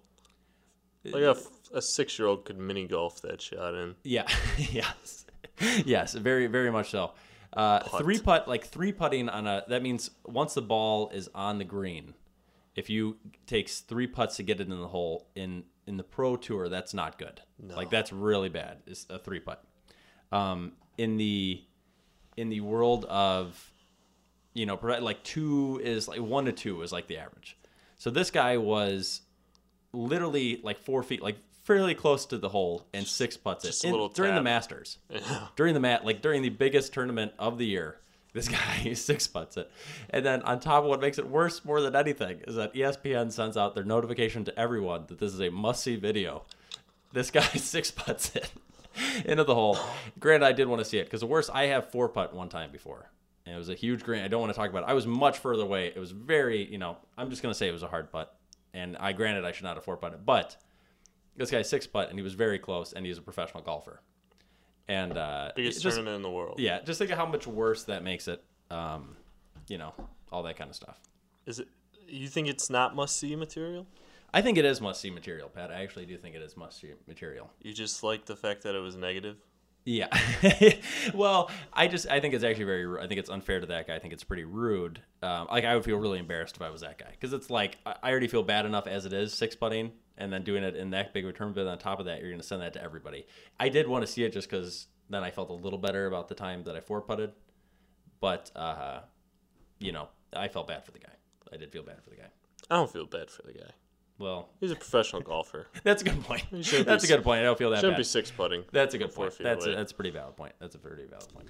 Speaker 5: Like a, f- a six year old could mini golf that shot in.
Speaker 9: Yeah. yes. Yes. Very, very much so. Uh, Three putt, like three putting on a, that means once the ball is on the green, if you takes three putts to get it in the hole in, in the pro tour, that's not good. Like that's really bad. It's a three putt. Um, in the, in the world of, you know, provi- like two is like one to two is like the average. So this guy was literally like four feet, like fairly close to the hole, and six putts
Speaker 5: just
Speaker 9: it
Speaker 5: a
Speaker 9: In-
Speaker 5: little
Speaker 9: during the
Speaker 5: tap.
Speaker 9: Masters. during the mat, like during the biggest tournament of the year, this guy six putts it. And then on top of what makes it worse, more than anything, is that E ESPN sends out their notification to everyone that this is a must see video. This guy six putts it into the hole. Granted, I did want to see it because the worst I have four putt one time before, and it was a huge green. I don't want to talk about it. I was much further away. It was very, you know, I'm just gonna say it was a hard putt, and I granted I should not have four putted, but this guy six putt and he was very close, and he's a professional golfer, and uh,
Speaker 5: Biggest
Speaker 9: just,
Speaker 5: tournament in the world.
Speaker 9: yeah, just think of how much worse that makes it, um, you know, all that kind of stuff.
Speaker 5: Is it? You think it's not must see material?
Speaker 9: I think it is must see material, Pat. I actually do think it is must see material.
Speaker 5: You just like the fact that it was negative.
Speaker 9: Yeah. well, I just I think it's actually very ru- I think it's unfair to that guy. I think it's pretty rude. Um, like I would feel really embarrassed if I was that guy because it's like I I already feel bad enough as it is six putting and then doing it in that big return. But on top of that, you're going to send that to everybody. I did want to see it just because then I felt a little better about the time that I four putted. But uh, you know, I felt bad for the guy. I did feel bad for the guy.
Speaker 5: I don't feel bad for the guy.
Speaker 9: Well,
Speaker 5: He's a professional golfer.
Speaker 9: that's a good point.
Speaker 5: shouldn't be
Speaker 9: That's a good point. I don't feel that
Speaker 5: Shouldn't
Speaker 9: bad.
Speaker 5: be six putting.
Speaker 9: That's a good
Speaker 5: before
Speaker 9: point.
Speaker 5: feet
Speaker 9: That's a,
Speaker 5: away.
Speaker 9: that's a pretty valid point. That's a pretty valid point.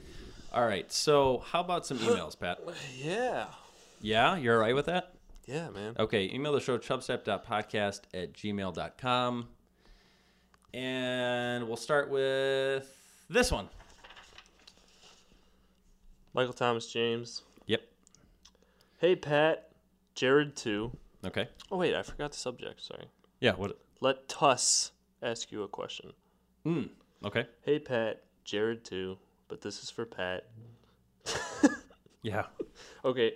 Speaker 9: All right. So, how about some emails, Pat?
Speaker 5: yeah.
Speaker 9: Yeah, you're all right with that?
Speaker 5: Yeah, man.
Speaker 9: Okay, email the show chubstep.podcast at gmail.com. And we'll start with this one.
Speaker 5: Michael Thomas James.
Speaker 9: Yep.
Speaker 5: Hey, Pat. Jared, too.
Speaker 9: Okay.
Speaker 5: Oh, wait, I forgot the subject. Sorry.
Speaker 9: Yeah, what
Speaker 5: Let Tuss ask you a question.
Speaker 9: okay.
Speaker 5: Hey, Pat. Jared, too. But this is for Pat.
Speaker 9: Yeah.
Speaker 5: Okay.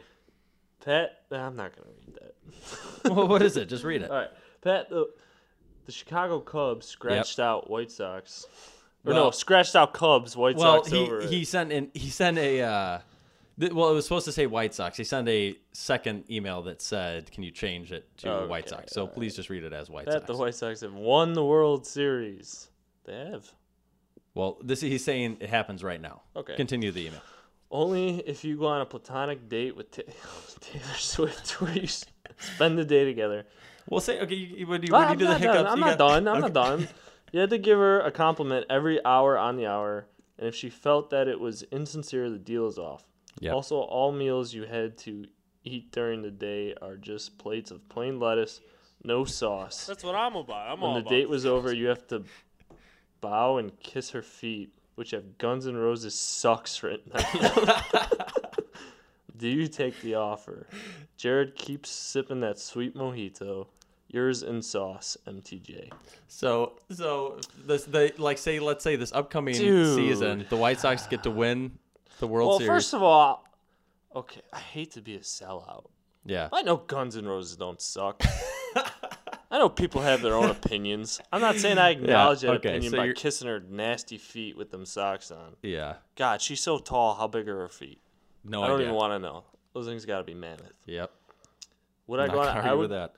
Speaker 5: Pat, I'm not going to read that.
Speaker 9: well, what is it? Just read it.
Speaker 5: All right, Pat. The, the Chicago Cubs scratched out White Sox. Or no,
Speaker 9: Well-
Speaker 5: scratched out Cubs. White
Speaker 9: Well,
Speaker 5: Sox
Speaker 9: he,
Speaker 5: over. it.
Speaker 9: he sent in he sent a uh, th- well, it was supposed to say White Sox. He sent a second email that said, "Can you change it to
Speaker 5: Okay,
Speaker 9: White Sox?" So please just read it as White
Speaker 5: Pat,
Speaker 9: Sox.
Speaker 5: the White Sox have won the World Series. They have.
Speaker 9: well, this he's saying it happens right now.
Speaker 5: Okay.
Speaker 9: Continue the email.
Speaker 5: Only if you go on a platonic date with Ta- Taylor Swift, where you s- spend the day together.
Speaker 9: Well, say okay. You, you- when you,
Speaker 5: Ah,
Speaker 9: when you
Speaker 5: I'm
Speaker 9: do the
Speaker 5: not
Speaker 9: hiccups,
Speaker 5: done. I'm
Speaker 9: you
Speaker 5: not
Speaker 9: got-
Speaker 5: done. I'm not done. You had to give her a compliment every hour on the hour, and if she felt that it was insincere, the deal is off.
Speaker 9: Yep.
Speaker 5: Also, all meals you had to eat during the day are just plates of plain lettuce, no sauce.
Speaker 10: That's what I'm about. I'm
Speaker 5: When
Speaker 10: all
Speaker 5: the
Speaker 10: about.
Speaker 5: date was over, you have to bow and kiss her feet, which have Guns N' Roses sucks right now. Do you take the offer? Jared keeps sipping that sweet mojito. Yours in sauce, MTJ.
Speaker 9: So, so this the like say let's say this upcoming
Speaker 5: Dude.
Speaker 9: season, the White Sox get to win the World
Speaker 5: Well,
Speaker 9: Series.
Speaker 5: first of all, okay, I hate to be a sellout.
Speaker 9: yeah.
Speaker 5: I know Guns N' Roses don't suck. I know people have their own opinions. I'm not saying I acknowledge that
Speaker 9: okay,
Speaker 5: opinion
Speaker 9: so
Speaker 5: by
Speaker 9: you're-
Speaker 5: kissing her nasty feet with them socks on.
Speaker 9: Yeah.
Speaker 5: God, she's so tall. How big are her feet?
Speaker 9: No
Speaker 5: I don't
Speaker 9: idea.
Speaker 5: even want to know. Those things got to be mammoth.
Speaker 9: Yep.
Speaker 5: Would I
Speaker 9: Not
Speaker 5: go?
Speaker 9: gonna
Speaker 5: On, I
Speaker 9: argue with
Speaker 5: would
Speaker 9: that.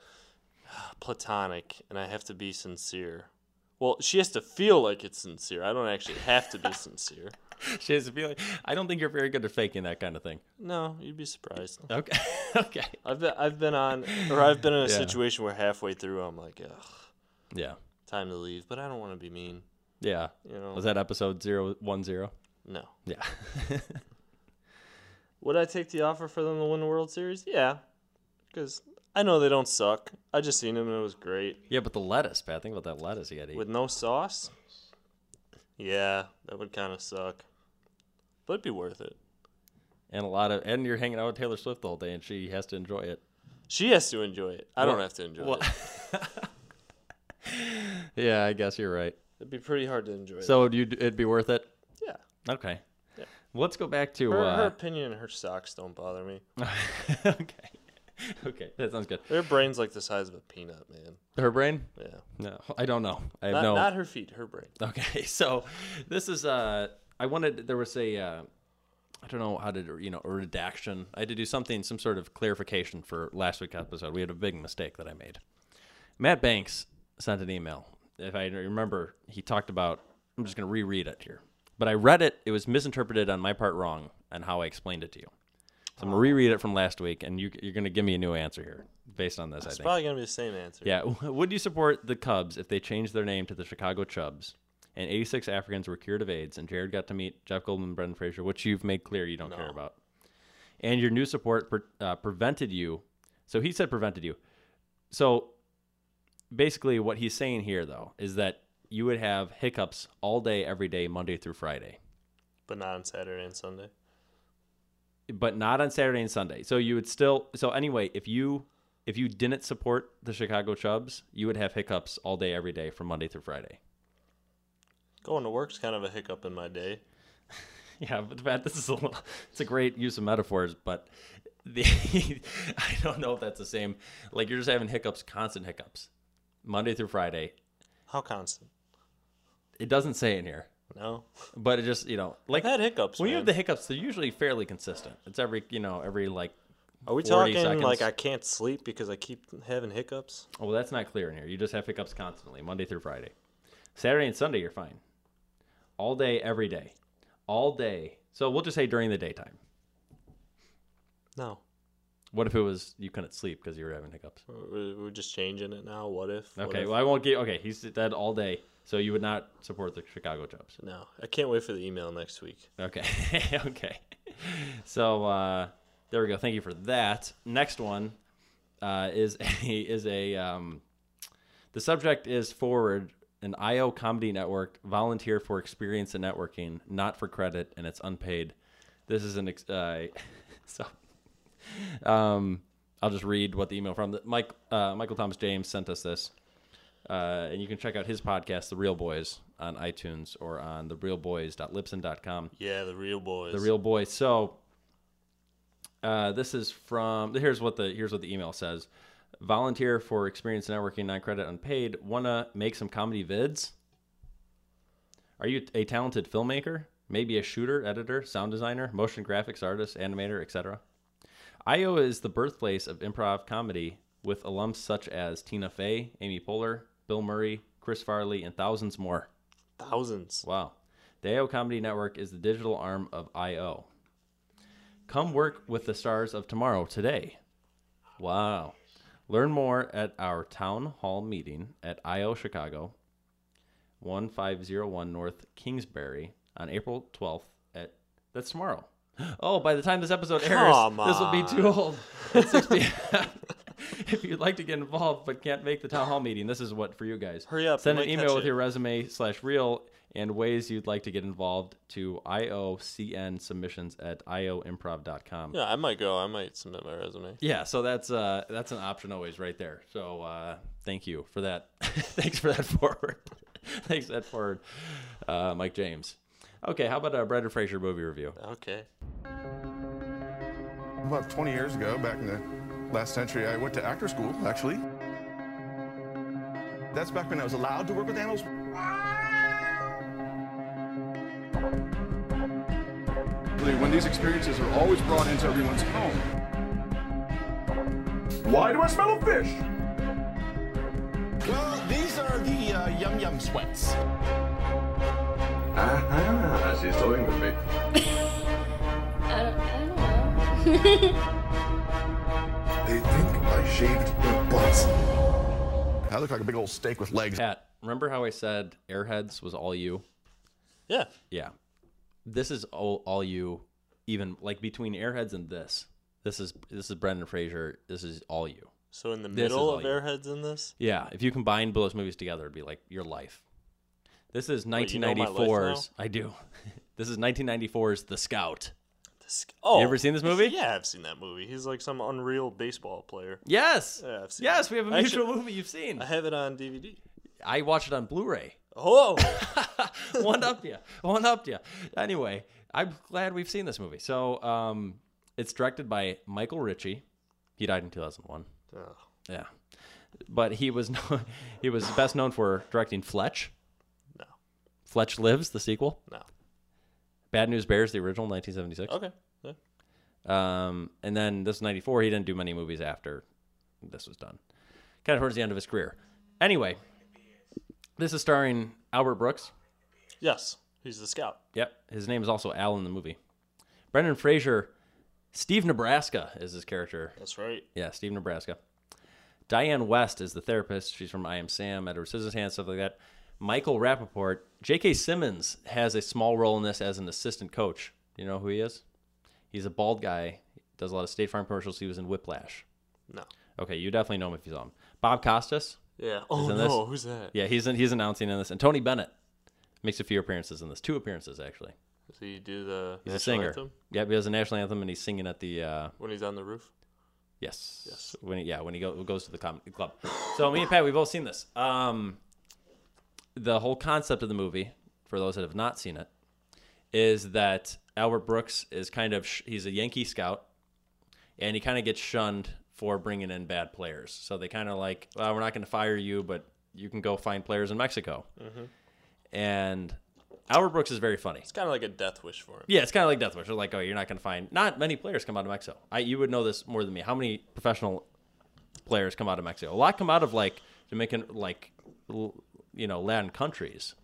Speaker 5: platonic, and I have to be sincere. Well, she has to feel like it's sincere. I don't actually have to be sincere.
Speaker 9: She has a feeling. I don't think you're very good at faking that kind of thing.
Speaker 5: No, you'd be surprised.
Speaker 9: Okay. okay.
Speaker 5: I've been, I've been on, or I've been in a
Speaker 9: Yeah.
Speaker 5: situation where halfway through I'm like, ugh,
Speaker 9: Yeah.
Speaker 5: time to leave, but I don't want to be mean.
Speaker 9: Yeah.
Speaker 5: You know,
Speaker 9: Was that episode zero one zero?
Speaker 5: no.
Speaker 9: Yeah.
Speaker 5: Would I take the offer for them to win the World Series? Yeah, because I know they don't suck. I just seen them and it was great
Speaker 9: yeah, but the lettuce, Pat. Think about that lettuce you got to eat.
Speaker 5: with no sauce. Yeah, that would kind of suck, but it'd be worth it.
Speaker 9: and a lot of, and you're hanging out with Taylor Swift the whole day, and she has to enjoy it.
Speaker 5: She has to enjoy it. I don't
Speaker 9: Well-
Speaker 5: have to enjoy
Speaker 9: well-
Speaker 5: it.
Speaker 9: Yeah, I guess you're right.
Speaker 5: It'd be pretty hard to enjoy.
Speaker 9: So you, it'd be worth it.
Speaker 5: it. yeah,
Speaker 9: Okay. Let's go back to.
Speaker 5: her,
Speaker 9: uh,
Speaker 5: her opinion and her socks don't bother me.
Speaker 9: okay. Okay, that sounds good.
Speaker 5: Their brain's like the size of a peanut, man.
Speaker 9: Her brain?
Speaker 5: Yeah,
Speaker 9: No, I don't know. I have
Speaker 5: not,
Speaker 9: no.
Speaker 5: not her feet, her brain.
Speaker 9: Okay, so this is uh, I wanted there was a uh, I don't know how to you know a redaction. I had to do something, some sort of clarification for last week's episode. We had a big mistake that I made. Matt Banks sent an email. If I remember, he talked about. I'm just going to reread it here, but I read it. It was misinterpreted on my part, wrong, and how I explained it to you. So I'm going to reread it from last week, and you, you're going to give me a new answer here based on this. I
Speaker 5: It's
Speaker 9: think.
Speaker 5: probably gonna be the same answer.
Speaker 9: Yeah. Would you support the Cubs if they changed their name to the Chicago Chubs and 86 Africans were cured of AIDS and Jared got to meet Jeff Goldman and Brendan Fraser, which you've made clear you don't care about? And your new support pre- uh, prevented you. So he said prevented you. So basically, what he's saying here, though, is that you would have hiccups all day, every day, Monday through Friday,
Speaker 5: but not on Saturday and Sunday.
Speaker 9: but not on Saturday and Sunday. So you would still. So anyway, if you. If you didn't support the Chicago Chubs, you would have hiccups all day, every day from Monday through Friday.
Speaker 5: Going to work's kind of a hiccup in my day.
Speaker 9: Yeah, but Matt, this is a little, it's a great use of metaphors, but the I don't know if that's the same. Like you're just having hiccups, constant hiccups, Monday through Friday.
Speaker 5: How constant?
Speaker 9: It doesn't say in here,
Speaker 5: No,
Speaker 9: but it just you know like
Speaker 5: I've had hiccups.
Speaker 9: when you
Speaker 5: man.
Speaker 9: have the hiccups, they're usually fairly consistent. It's every you know every like
Speaker 5: Are we
Speaker 9: 40
Speaker 5: talking
Speaker 9: seconds.
Speaker 5: like I can't sleep because I keep having hiccups?
Speaker 9: oh that's not clear in here. You just have hiccups constantly, Monday through Friday, Saturday and Sunday. You're fine, all day, every day, all day. So we'll just say during the daytime.
Speaker 5: No.
Speaker 9: What if it was you couldn't sleep because you were having hiccups?
Speaker 5: We're, we're just changing it now. What if? What
Speaker 9: Okay,
Speaker 5: if?
Speaker 9: well I won't get. Okay, he's dead all day, so you would not support the Chicago Cubs.
Speaker 5: no, I can't wait for the email next week.
Speaker 9: Okay, okay. So uh, there we go. Thank you for that. Next one uh, is a is a um, the subject is forward an IO comedy network volunteer for experience and networking, not for credit, and it's unpaid. This is an ex- uh, so. Um, I'll just read what the email from the, Mike uh, Michael Thomas James sent us this. Uh, and you can check out his podcast, The Real Boys, on iTunes or on therealboys.libsyn.com.
Speaker 5: Yeah, the real boys.
Speaker 9: The Real Boys. So uh, this is from here's what the here's what the email says. Volunteer for experience networking, non credit, unpaid. Wanna make some comedy vids? Are you a talented filmmaker? Maybe a shooter, editor, sound designer, motion graphics artist, animator, etc. IO is the birthplace of improv comedy with alums such as Tina Fey, Amy Poehler, Bill Murray, Chris Farley, and thousands more.
Speaker 5: thousands.
Speaker 9: Wow. The IO Comedy Network is the digital arm of IO. Come work with the stars of tomorrow today. Wow. Learn more at our town hall meeting at IO Chicago, 1501 North Kingsbury, on April 12th at that's tomorrow. Oh, by the time this episode airs,
Speaker 5: Come
Speaker 9: this will be too old. At 6 p.m. if you'd like to get involved but can't make the town hall meeting, this is what for you guys.
Speaker 5: Hurry up,
Speaker 9: Send
Speaker 5: you
Speaker 9: an
Speaker 5: might
Speaker 9: email
Speaker 5: catch
Speaker 9: with
Speaker 5: it.
Speaker 9: your resume slash reel and ways you'd like to get involved to IOCN submissions at ioimprov.com.
Speaker 5: Yeah, I might go. I might submit my resume.
Speaker 9: Yeah, so that's uh that's an option always right there. So uh thank you for that. Thanks for that forward. Thanks for that forward, uh, Mike James. Okay, how about a Brendan Fraser movie review?
Speaker 5: Okay.
Speaker 11: About 20 years ago, back in the last century, I went to actor school, actually. That's back when I was allowed to work with animals. When these experiences are always brought into everyone's home. Why do I smell a fish? Well, these are the uh, yum yum sweats. Aha, she's toying with me.
Speaker 3: I don't, I don't know.
Speaker 11: They think I shaved their butts. I look like a big old steak with legs.
Speaker 9: Pat, remember how I said Airheads was all you?
Speaker 5: Yeah.
Speaker 9: Yeah. This is all, all you even like between Airheads and this. This is this is Brendan Fraser. This is all you.
Speaker 5: So in the
Speaker 9: This is
Speaker 5: middle
Speaker 9: all
Speaker 5: of
Speaker 9: you.
Speaker 5: Airheads in this,
Speaker 9: Yeah, if you combine both those movies together, it'd be like your life. This is
Speaker 5: you know my life now?
Speaker 9: 1994's. I do. this is 1994's The Scout.
Speaker 5: This- oh,
Speaker 9: ever seen this movie?
Speaker 5: Yeah, I've seen that movie. He's like some unreal baseball player.
Speaker 9: Yes.
Speaker 5: Yeah, I've seen
Speaker 9: yes,
Speaker 5: it.
Speaker 9: we have a
Speaker 5: Actually-
Speaker 9: mutual movie you've seen.
Speaker 5: I
Speaker 9: I,
Speaker 5: have it on DVD.
Speaker 9: watched it on Blu-ray.
Speaker 5: Oh,
Speaker 9: One up ya. One up ya. Anyway, I'm glad we've seen this movie. So, um, it's directed by Michael Ritchie. He died in 2001.
Speaker 5: Oh.
Speaker 9: Yeah. But he was known, he was best known for directing Fletch.
Speaker 5: No.
Speaker 9: Fletch Lives, the sequel.
Speaker 5: No.
Speaker 9: Bad News Bears, the original, 1976.
Speaker 5: okay. Yeah.
Speaker 9: Um, and then this is 94, he didn't do many movies after this was done. Kind of towards the end of his career. Anyway, this is starring Albert Brooks.
Speaker 5: Yes, he's the scout.
Speaker 9: Yep. His name is also Al in the movie. Brendan Fraser, Steve Nebraska is his character.
Speaker 5: That's right.
Speaker 9: Yeah, Steve Nebraska. Diane West is the therapist. She's from I Am Sam, Edward Scissorhands, stuff like that. Michael Rappaport. J.K. Simmons has a small role in this as an assistant coach. Do you know who he is? He's a bald guy. Does a lot of State Farm commercials. He was in Whiplash.
Speaker 5: No.
Speaker 9: Okay, you definitely know him if you saw him. Bob Costas.
Speaker 5: Yeah. Oh
Speaker 9: Isn't
Speaker 5: no,
Speaker 9: this-
Speaker 5: who's that?
Speaker 9: Yeah, he's in, he's announcing in this. And Tony Bennett makes a few appearances in this. Two appearances actually.
Speaker 5: Does he do the
Speaker 9: He's
Speaker 5: national
Speaker 9: a singer.
Speaker 5: anthem
Speaker 9: Yep, he has a national anthem and he's singing at the uh,
Speaker 5: when he's on the roof?
Speaker 9: Yes.
Speaker 5: Yes.
Speaker 9: When he, yeah, when he go, goes to the com- club. So me and Pat, we've both seen this. Um, the whole concept of the movie, for those that have not seen it, is that Albert Brooks is kind of sh- he's a Yankee scout, and he kind of gets shunned for bringing in bad players. So they kind of like, well, we're not going to fire you, but you can go find players in Mexico. And Albert Brooks is very funny.
Speaker 5: It's kind of like a death wish for him.
Speaker 9: Yeah, it's kind of like Death Wish. They're like, oh, you're not going to find not many players come out of Mexico. I you would know this more than me. How many professional players come out of Mexico? A lot come out of like Dominican, like l- you know, Latin countries,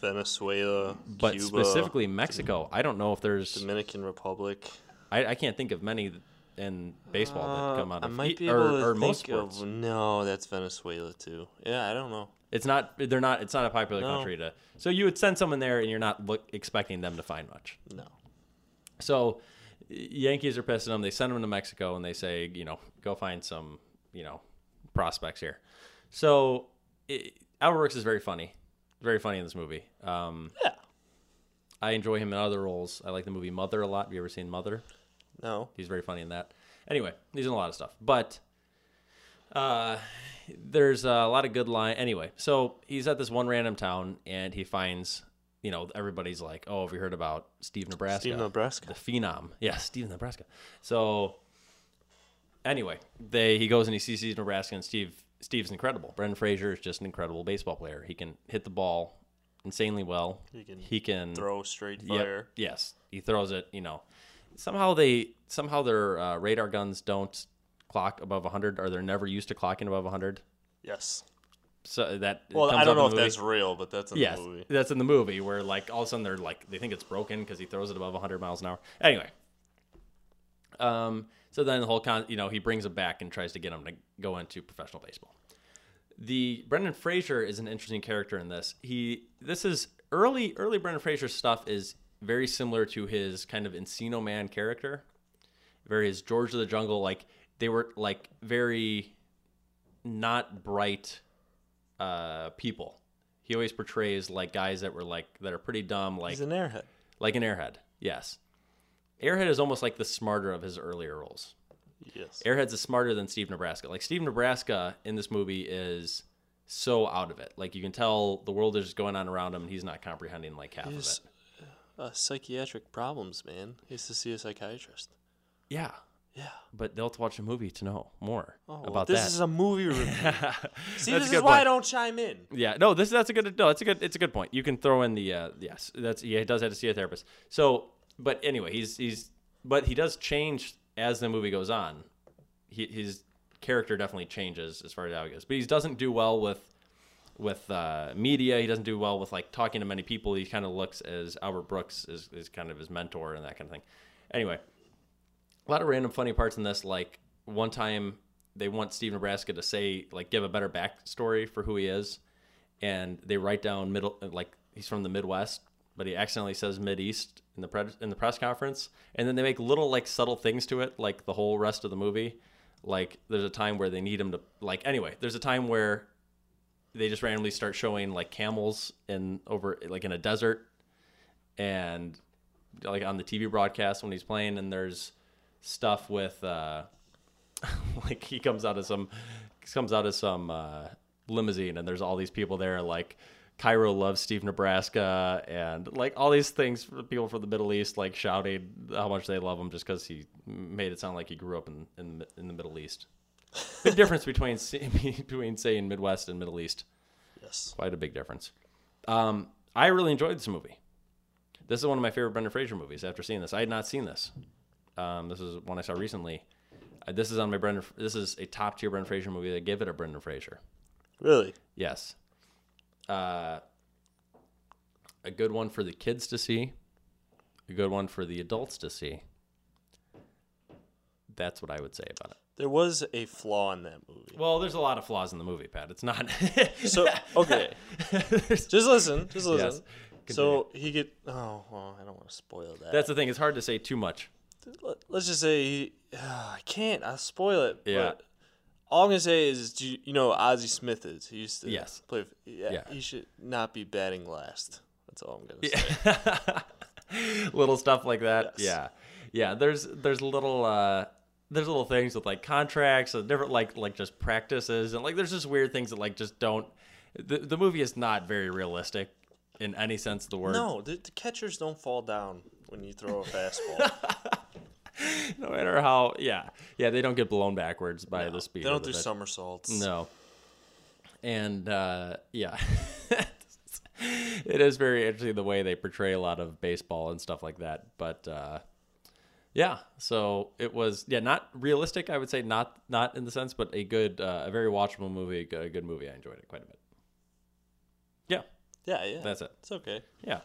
Speaker 5: Venezuela,
Speaker 9: but
Speaker 5: Cuba,
Speaker 9: specifically Mexico. I don't know if there's.
Speaker 5: Dominican Republic.
Speaker 9: I, I can't think of many in baseball that come out
Speaker 5: Uh, I
Speaker 9: of
Speaker 5: might be
Speaker 9: or,
Speaker 5: able to
Speaker 9: or
Speaker 5: think
Speaker 9: most sports.
Speaker 5: of no, that's Venezuela too. Yeah, I don't know.
Speaker 9: It's not. They're not. It's not a popular
Speaker 5: No.
Speaker 9: country to. So you would send someone there, and you're not look, expecting them to find much.
Speaker 5: No.
Speaker 9: So Yankees are pissing them. They send them to Mexico, and they say, you know, go find some, you know, prospects here. So it, Albert Brooks is very funny, very funny in this movie. Um,
Speaker 5: Yeah.
Speaker 9: I enjoy him in other roles. I like the movie Mother a lot. Have you ever seen Mother?
Speaker 5: No.
Speaker 9: He's very funny in that. Anyway, he's in a lot of stuff, but uh, there's a lot of good line. Anyway, so he's at this one random town and he finds, you know, everybody's like, "Oh, have you heard about Steve Nebraska?"
Speaker 5: Steve Nebraska.
Speaker 9: the phenom. Yeah, Steve Nebraska. So anyway, they he goes and he sees Steve Nebraska and Steve Steve's incredible. Brendan Frazier is just an incredible baseball player. He can hit the ball insanely well. He
Speaker 5: can
Speaker 9: throw
Speaker 5: straight
Speaker 9: Yep,
Speaker 5: fire.
Speaker 9: yes, he throws it. You know, somehow they somehow their uh, radar guns don't clock above 100, or they're never used to clocking above 100.
Speaker 5: Yes.
Speaker 9: So that it
Speaker 5: Well,
Speaker 9: comes
Speaker 5: I don't
Speaker 9: up
Speaker 5: know
Speaker 9: in
Speaker 5: if
Speaker 9: the movie.
Speaker 5: that's real, but that's in
Speaker 9: yes,
Speaker 5: the movie.
Speaker 9: that's in the movie where like all of a sudden they're like they think it's broken because he throws it above 100 miles an hour. Anyway, um, so then the whole con, you know, he brings him back and tries to get him to go into professional baseball. The Brendan Fraser is an interesting character in this. He this is early early Brendan Fraser stuff is very similar to his kind of Encino Man character, very his George of the Jungle. Like they were like very not bright uh, people. He always portrays like guys that were like that are pretty dumb, like
Speaker 5: He's an airhead.
Speaker 9: like an airhead. Yes, airhead is almost like the smarter of his earlier roles.
Speaker 5: Yes.
Speaker 9: Airheads is smarter than Steve Nebraska. Like Steve Nebraska in this movie is so out of it. Like you can tell the world is just going on around him and he's not comprehending like half
Speaker 5: He's-
Speaker 9: of it.
Speaker 5: Uh, psychiatric problems, man. He has to see a psychiatrist.
Speaker 9: Yeah.
Speaker 5: Yeah.
Speaker 9: But they'll have to watch a movie to know more
Speaker 5: Oh, well,
Speaker 9: about
Speaker 5: this
Speaker 9: that.
Speaker 5: is a movie review. See,
Speaker 9: That's a
Speaker 5: this is
Speaker 9: good
Speaker 5: why I
Speaker 9: point.
Speaker 5: don't chime in.
Speaker 9: Yeah, no, this that's a good no, it's a good it's a good point. You can throw in the uh, yes, that's yeah, he does have to see a therapist. So, but anyway, he's he's but he does change as the movie goes on. He, his character definitely changes as far as how he goes, but he doesn't do well with with uh, media. He doesn't do well with like talking to many people. He kind of looks as Albert Brooks is is kind of his mentor and that kind of thing. Anyway, a lot of random funny parts in this. Like one time, they want Steve Nebraska to say like give a better backstory for who he is, and they write down middle like he's from the Midwest, but he accidentally says Mid East in the pre- in the press conference, and then they make little like subtle things to it, like the whole rest of the movie. Like there's a time where they need him to like anyway. There's a time where they just randomly start showing like camels in over like in a desert and like on the TV broadcast when he's playing, and there's stuff with uh, like he comes out of some comes out of some uh, limousine, and there's all these people there like. Cairo loves Steve Nebraska and like all these things for the people from the Middle East like shouting how much they love him just because he made it sound like he grew up in in the, in the Middle East. Big difference between between saying Midwest and Middle East.
Speaker 5: Yes.
Speaker 9: Quite a big difference. Um, I really enjoyed this movie. This is one of my favorite Brendan Fraser movies. After seeing this, I had not seen this. Um, this is one I saw recently. Uh, this is on my Brendan. This is a top tier Brendan Fraser movie. I give it a Brendan Fraser.
Speaker 5: Really?
Speaker 9: Yes. Uh, a good one for the kids to see. A good one for the adults to see. That's what I would say about it.
Speaker 5: There was a flaw in that movie.
Speaker 9: Well, there's a lot of flaws in the movie, Pat. It's not.
Speaker 5: So, okay. just listen. Just listen.
Speaker 9: Yes.
Speaker 5: So he get. Oh, well, I don't want to spoil that.
Speaker 9: That's the thing. It's hard to say too much.
Speaker 5: Let- Let's just say he- ah, I can't. I spoil it.
Speaker 9: Yeah.
Speaker 5: But all I'm gonna say is, do you, you know, who Ozzy Smith is. He used to
Speaker 9: Yes.
Speaker 5: play. Yeah,
Speaker 9: Yeah.
Speaker 5: He should not be batting last. That's all I'm gonna say.
Speaker 9: little stuff like that.
Speaker 5: Yes.
Speaker 9: Yeah, yeah. There's there's little uh, there's little things with like contracts and different like like just practices and like there's just weird things that like just don't. The the movie is not very realistic in any sense of the word.
Speaker 5: No, the, the catchers don't fall down when you throw a fastball.
Speaker 9: no matter how. Yeah, yeah. They don't get blown backwards by the
Speaker 5: they
Speaker 9: speed.
Speaker 5: don't
Speaker 9: of the
Speaker 5: do
Speaker 9: pitch.
Speaker 5: somersaults.
Speaker 9: No. And uh, yeah, it is very interesting the way they portray a lot of baseball and stuff like that. But uh, yeah, so it was yeah not realistic. I would say not not in the sense, but a good uh, a very watchable movie, a good- a good movie. I enjoyed it quite a bit. Yeah,
Speaker 5: Yeah, yeah.
Speaker 9: that's it.
Speaker 5: It's okay.
Speaker 9: Yeah,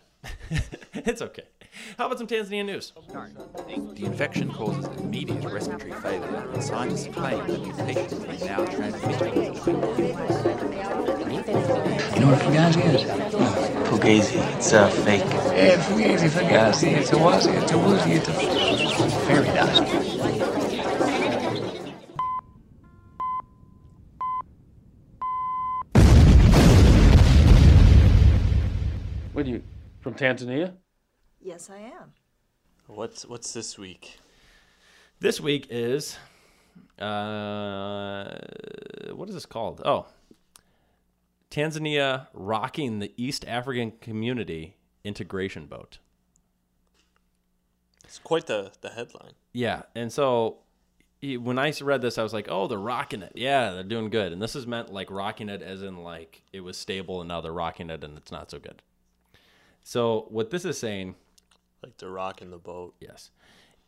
Speaker 9: it's okay. How about some Tanzania news?
Speaker 12: The infection causes immediate respiratory failure, and scientists claim that mutations may now transmit it.
Speaker 13: You know what fugazi is?
Speaker 1: Fugazi, it's a fake.
Speaker 13: Yeah, fugazi, fugazi, it's a wazi, it's a woozy, it's a fairy dust.
Speaker 10: What are you from Tanzania?
Speaker 14: Yes, I am.
Speaker 5: What's what's this week?
Speaker 9: This week is uh what is this called? Oh. Tanzania rocking the East African community integration boat.
Speaker 5: It's quite the the headline.
Speaker 9: Yeah, and so e- when I s- read this, I was like, "Oh, they're rocking it. Yeah, they're doing good." And this is meant like rocking it, as in like it was stable, and now they're rocking it, and it's not so good. So what this is saying,
Speaker 5: like they're rocking the boat.
Speaker 9: Yes,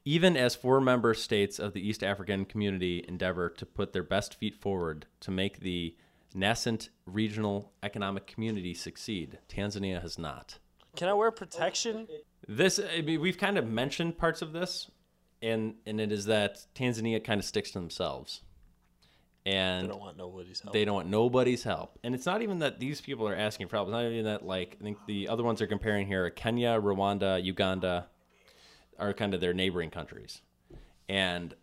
Speaker 9: even as four member states of the East African community endeavor to put their best feet forward to make the nascent regional economic community succeed, Tanzania has not.
Speaker 5: Can I wear protection?
Speaker 9: This, I mean, we've kind of mentioned parts of this, and and it is that Tanzania kind of sticks to themselves, and
Speaker 5: They don't want nobody's help.
Speaker 9: They don't want nobody's help, and it's not even that these people are asking for help. It's not even that like I think the other ones they're comparing here are Kenya, Rwanda, Uganda, are kind of their neighboring countries, and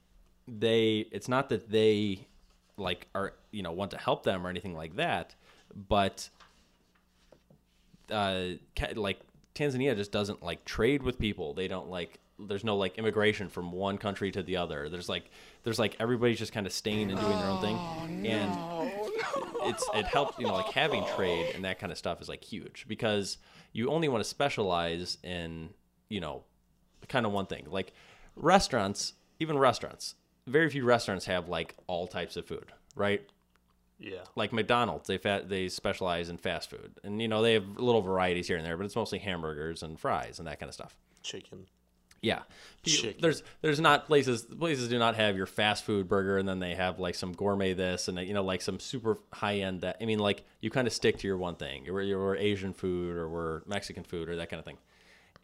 Speaker 9: they. It's not that they like are you know want to help them or anything like that, but uh, ca- like Tanzania just doesn't like trade with people. They don't like. There's no like immigration from one country to the other. There's like there's like everybody's just kind of staying and doing their own thing, and it's it helped you know like having trade and that kind of stuff is like huge because you only want to specialize in you know kind of one thing like restaurants even restaurants very few restaurants have like all types of food right
Speaker 5: Yeah.
Speaker 9: like McDonald's, they fa they specialize in fast food, and you know they have little varieties here and there, but it's mostly hamburgers and fries and that kind of stuff.
Speaker 5: Chicken.
Speaker 9: Yeah, You- there's there's not places places do not have your fast food burger, and then they have like some gourmet this and you know like some super high end that. I mean, like you kind of stick to your one thing. We're, we're Asian food or we're Mexican food or that kind of thing,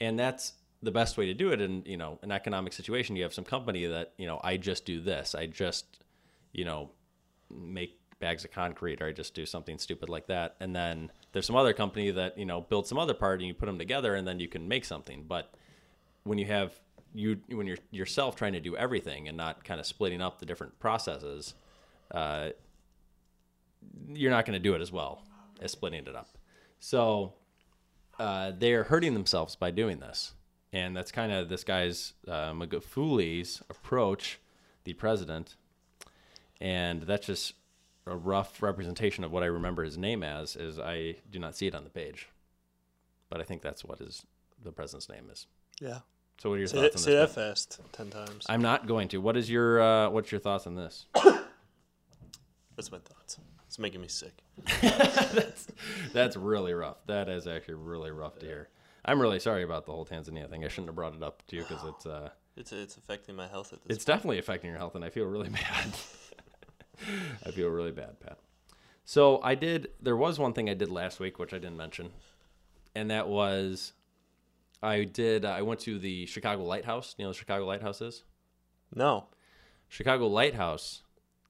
Speaker 9: and that's the best way to do it. In you know an economic situation, you have some company that you know I just do this. I just you know make bags of concrete or I just do something stupid like that. And then there's some other company that, you know, builds some other part and you put them together and then you can make something. But when you have you when you're yourself trying to do everything and not kind of splitting up the different processes, uh, you're not going to do it as well as splitting it up. So uh, they're hurting themselves by doing this. And that's kind of this guy's uh, Magufuli's approach, the president, and that's just a rough representation of what I remember his name as. Is I do not see it on the page, but I think that's what his the president's name is.
Speaker 5: Yeah.
Speaker 9: So what are your
Speaker 5: Say
Speaker 9: thoughts
Speaker 5: that-
Speaker 9: on
Speaker 5: say
Speaker 9: this?
Speaker 5: that fast 10 times.
Speaker 9: I'm not going to. What is your uh, what's your thoughts on this?
Speaker 5: That's my thoughts. It's making me sick.
Speaker 9: That's really rough. That is actually really rough to hear. I'm really sorry about the whole Tanzania thing. I shouldn't have brought it up to you because it's uh,
Speaker 5: It's it's affecting my health at this.
Speaker 9: it's definitely affecting your health, and I feel really bad. I feel really bad, Pat. So I did. There was one thing I did last week which I didn't mention, and that was I did. I went to the Chicago Lighthouse. You know, what the Chicago Lighthouse is.
Speaker 5: No.
Speaker 9: Chicago Lighthouse.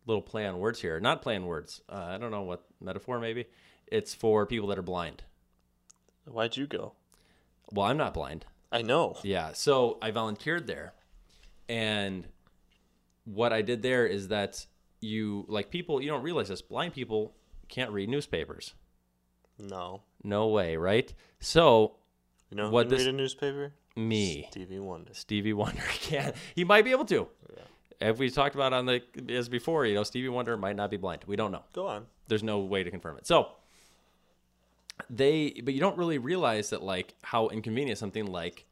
Speaker 9: Little play on words here. Not play on words. Uh, I don't know what metaphor. Maybe it's for people that are blind.
Speaker 5: Why'd you go?
Speaker 9: Well, I'm not blind.
Speaker 5: I know.
Speaker 9: Yeah. So I volunteered there. And what I did there is that you, like people, you don't realize this. Blind people can't read newspapers.
Speaker 5: No.
Speaker 9: No way, right? So,
Speaker 5: you know, who
Speaker 9: what
Speaker 5: can
Speaker 9: this
Speaker 5: read a newspaper.
Speaker 9: me
Speaker 5: Stevie Wonder.
Speaker 9: Stevie Wonder can he might be able to. If we talked about on the as before, you know, Stevie Wonder might not be blind. We don't know.
Speaker 5: Go on.
Speaker 9: There's no way to confirm it. So they but you don't really realize that like how inconvenient something like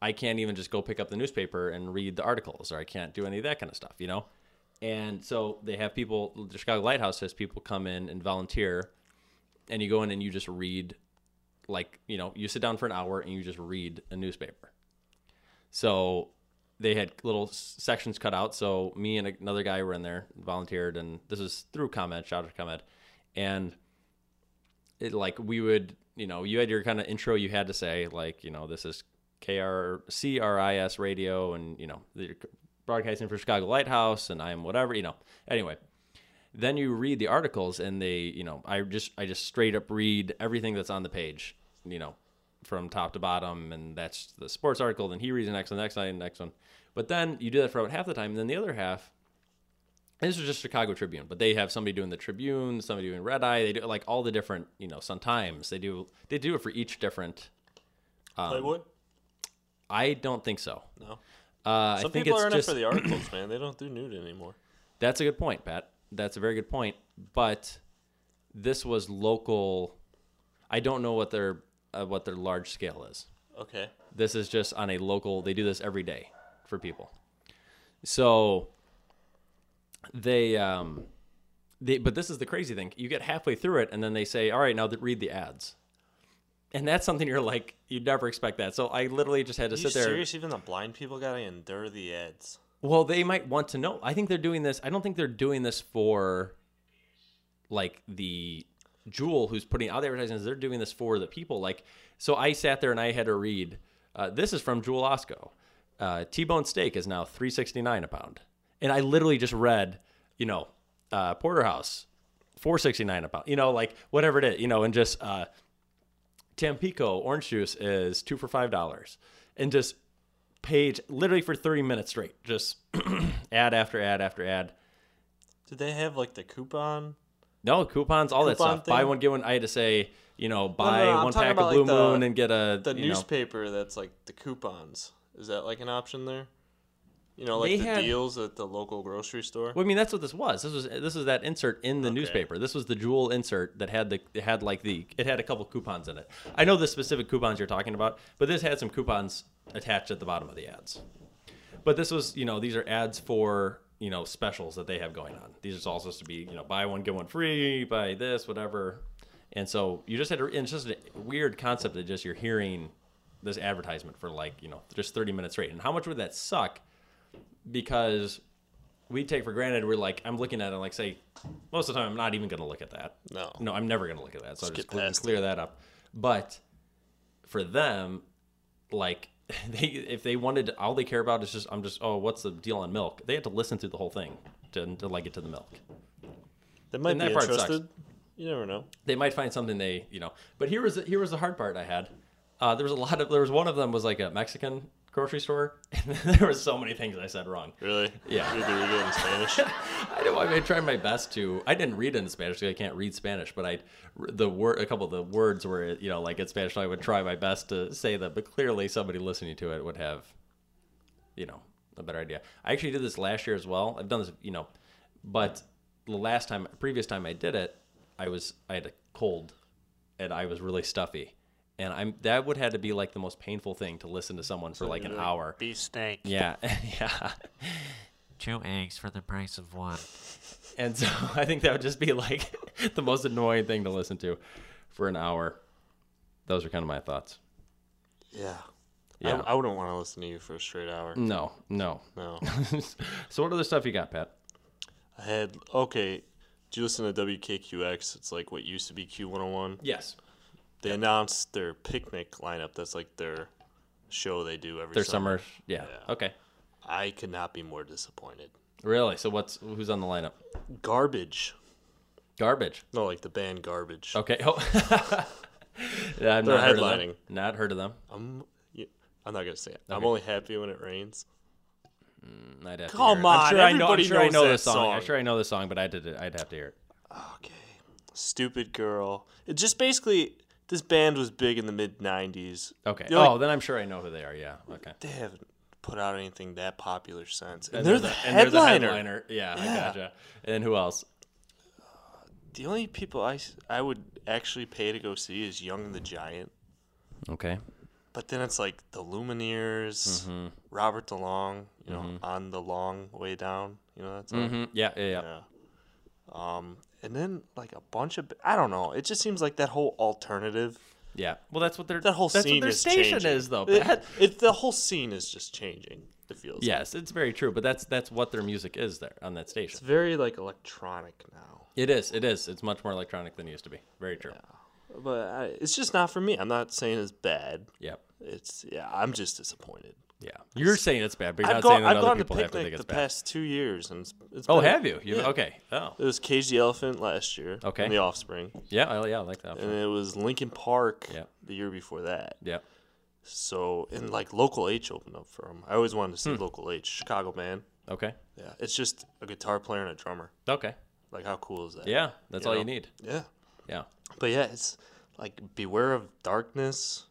Speaker 9: I can't even just go pick up the newspaper and read the articles or I can't do any of that kind of stuff, you know? And so they have people the Chicago Lighthouse has people come in and volunteer and you go in and you just read like, you know, you sit down for an hour and you just read a newspaper. So they had little s- sections cut out. So me and another guy were in there, volunteered, and this is through comment, shout out to comment, and it like we would, you know, you had your kind of intro you had to say, like, you know, this is KR, CRIS radio and, you know, they're broadcasting for Chicago Lighthouse and I am whatever, you know. Anyway, then you read the articles and they, you know, I just I just straight up read everything that's on the page, you know, from top to bottom and that's the sports article, then he reads the next one, next one, next one. But then you do that for about half the time, and then the other half and this is just Chicago Tribune, but they have somebody doing the Tribune, somebody doing Red Eye. They do like all the different, you know, sometimes they do they do it for each different.
Speaker 5: Um, Playboy.
Speaker 9: I don't think so.
Speaker 5: No.
Speaker 9: Uh,
Speaker 5: Some
Speaker 9: I think
Speaker 5: people
Speaker 9: it's
Speaker 5: are in
Speaker 9: just,
Speaker 5: it for the articles, man. They don't do nude anymore.
Speaker 9: That's a good point, Pat. That's a very good point. But this was local. I don't know what their uh, what their large scale is.
Speaker 5: Okay.
Speaker 9: This is just on a local. They do this every day for people. So they um they but this is the crazy thing. You get halfway through it and then they say, "All right, now th- read the ads." And that's something you're like you'd never expect that. So I literally just had to
Speaker 5: Are you
Speaker 9: sit there.
Speaker 5: serious? Even the blind people gotta endure the ads.
Speaker 9: Well, they might want to know. I think they're doing this. I don't think they're doing this for like the Jewel who's putting out the advertisements. They're doing this for the people. Like, so I sat there and I had to read. Uh, this is from Jewel Osco. Uh, T-bone steak is now three sixty nine a pound, and I literally just read, you know, uh, porterhouse four sixty nine a pound. You know, like whatever it is, you know, and just uh, Tampico orange juice is two for five dollars, and just page literally for 30 minutes straight just ad after ad after ad
Speaker 5: Did they have like the coupon?
Speaker 9: no coupons all that
Speaker 5: Coupon
Speaker 9: stuff buy
Speaker 5: thing?
Speaker 9: one get one i had to say you know
Speaker 5: No, no,
Speaker 9: buy
Speaker 5: no, I'm
Speaker 9: one
Speaker 5: talking
Speaker 9: pack of
Speaker 5: about,
Speaker 9: blue
Speaker 5: like, the-
Speaker 9: moon and get a
Speaker 5: the
Speaker 9: you know-
Speaker 5: newspaper that's like the coupons. Is that like an option there? You know, like
Speaker 9: They
Speaker 5: the
Speaker 9: had-
Speaker 5: deals at the local grocery store.
Speaker 9: well, i mean that's what this was this was this was that insert in the newspaper this was the jewel insert that had the it had like the it had a couple coupons in it i know the specific coupons you're talking about but this had some coupons attached at the bottom of the ads But this was, you know, these are ads for, you know, specials that they have going on. These are all supposed to be, you know, buy one, get one free, buy this, whatever. And so you just had to, and it's just a weird concept that just you're hearing this advertisement for like, you know, just 30 minutes straight. And how much would that suck? Because we take for granted, we're like, I'm looking at it, like, say, most of the time, I'm not even going to look at that.
Speaker 5: No.
Speaker 9: No, I'm never going to look at that. So I
Speaker 5: Skip
Speaker 9: just clear,
Speaker 5: past
Speaker 9: clear that up. But for them, like they if they wanted all they care about is just I'm just oh what's the deal on milk? They had to listen through the whole thing to, to like get to the milk.
Speaker 5: That might
Speaker 9: And
Speaker 5: be
Speaker 9: that part sucks.
Speaker 5: interested. You never know.
Speaker 9: They might find something they you know. But here was the, here was the hard part I had. Uh, there was a lot of there was one of them was like a Mexican grocery store and there was so many things I said wrong.
Speaker 5: Really?
Speaker 9: Yeah.
Speaker 5: You can read it in Spanish.
Speaker 9: I know. I mean, I tried my best to. I didn't read it in Spanish because I can't read Spanish. But I, the word, a couple of the words were, you know, like in Spanish. so I would try my best to say them, but clearly somebody listening to it would have, you know, a better idea. I actually did this last year as well. I've done this, you know, but the last time, previous time I did it, I was I had a cold, and I was really stuffy, and I'm that would had to be like the most painful thing to listen to someone for like an hour.
Speaker 14: Beef steak.
Speaker 9: Yeah, yeah.
Speaker 14: Two eggs for the price of one.
Speaker 9: And so I think that would just be like the most annoying thing to listen to for an hour. Those are kind of my thoughts.
Speaker 5: Yeah.
Speaker 9: Yeah.
Speaker 5: I, I wouldn't want to listen to you for a straight hour.
Speaker 9: No, no.
Speaker 5: No.
Speaker 9: so what other stuff you got, Pat?
Speaker 5: I had okay. Do you listen to WKQX? It's like what used to be Q101.
Speaker 9: Yes.
Speaker 5: They announced their picnic lineup. That's like their show they do every
Speaker 9: Their
Speaker 5: summer.
Speaker 9: summer. Yeah. Okay.
Speaker 5: I could not be more disappointed.
Speaker 9: Really? So what's who's on the lineup?
Speaker 5: Garbage.
Speaker 9: Garbage.
Speaker 5: No, like the band Garbage.
Speaker 9: Okay. Oh. Yeah, I've
Speaker 5: They're
Speaker 9: not heard of them.
Speaker 5: headlining. Oh,
Speaker 9: Not heard of them.
Speaker 5: I'm. y- I'm not gonna say it. I'm
Speaker 9: Okay.
Speaker 5: only happy when it rains.
Speaker 9: I'd have to
Speaker 5: Come
Speaker 9: hear it. I'm
Speaker 5: on,
Speaker 9: sure I know, I'm
Speaker 5: everybody
Speaker 9: sure I
Speaker 5: knows
Speaker 9: know
Speaker 5: that
Speaker 9: this song. I'm
Speaker 5: song.
Speaker 9: sure I know this song, but I did. I'd have to hear it.
Speaker 5: Stupid girl. It just basically this band was big in the mid '90s.
Speaker 9: Okay.
Speaker 5: They're like-
Speaker 9: oh, then I'm sure I know who they are. Yeah. Okay.
Speaker 5: they haven't put out anything that popular since. And,
Speaker 9: And
Speaker 5: they're, the
Speaker 9: they're the- and they're the
Speaker 5: headliner.
Speaker 9: headliner. Yeah, I gotcha. And who else?
Speaker 5: The only people I, s- I would actually pay to go see is Young and the Giant.
Speaker 9: Okay.
Speaker 5: But then it's like the Lumineers,
Speaker 9: Mhm.
Speaker 5: Robert DeLong, you know,
Speaker 9: Mhm.
Speaker 5: on the long way down. You know that's
Speaker 9: Mhm. Yeah, yeah, yeah.
Speaker 5: Um, and then like a bunch of I don't know. It just seems like that whole alternative.
Speaker 9: Yeah. Well, that's what their
Speaker 5: That whole
Speaker 9: that's
Speaker 5: scene
Speaker 9: what their
Speaker 5: is
Speaker 9: station
Speaker 5: changing.
Speaker 9: is, though. Pat.
Speaker 5: It, it, the whole scene is just changing. It feels. like.
Speaker 9: Yes, it's very true, but that's that's what their music is there on that station.
Speaker 5: It's very like electronic now.
Speaker 9: It is. It is. It's much more electronic than it used to be. Very true.
Speaker 5: But I, it's just not for me. I'm not saying it's bad.
Speaker 9: Yep.
Speaker 5: It's yeah. I'm just disappointed.
Speaker 9: Yeah, you're saying it's bad, but you're
Speaker 5: I've
Speaker 9: not
Speaker 5: gone-
Speaker 9: saying that
Speaker 5: I've
Speaker 9: other
Speaker 5: gone to
Speaker 9: people have to
Speaker 5: picnic
Speaker 9: think it's
Speaker 5: the
Speaker 9: bad.
Speaker 5: past two years, and it's, it's
Speaker 9: Oh,
Speaker 5: been-
Speaker 9: have you? You've- okay. Oh.
Speaker 5: it was Cage the Elephant last year.
Speaker 9: Okay.
Speaker 5: in the Offspring.
Speaker 9: Yeah, I- yeah, I like the
Speaker 5: And
Speaker 9: Offspring.
Speaker 5: it was Lincoln Park. the year before that.
Speaker 9: Yeah.
Speaker 5: So and like local H opened up for him. I always wanted to
Speaker 9: Hmm.
Speaker 5: see local H, Chicago man.
Speaker 9: Okay.
Speaker 5: Yeah, it's just a guitar player and a drummer.
Speaker 9: Okay.
Speaker 5: Like how cool is that?
Speaker 9: Yeah, that's all you need.
Speaker 5: Yeah.
Speaker 9: Yeah.
Speaker 5: But yeah, it's like Beware of Darkness.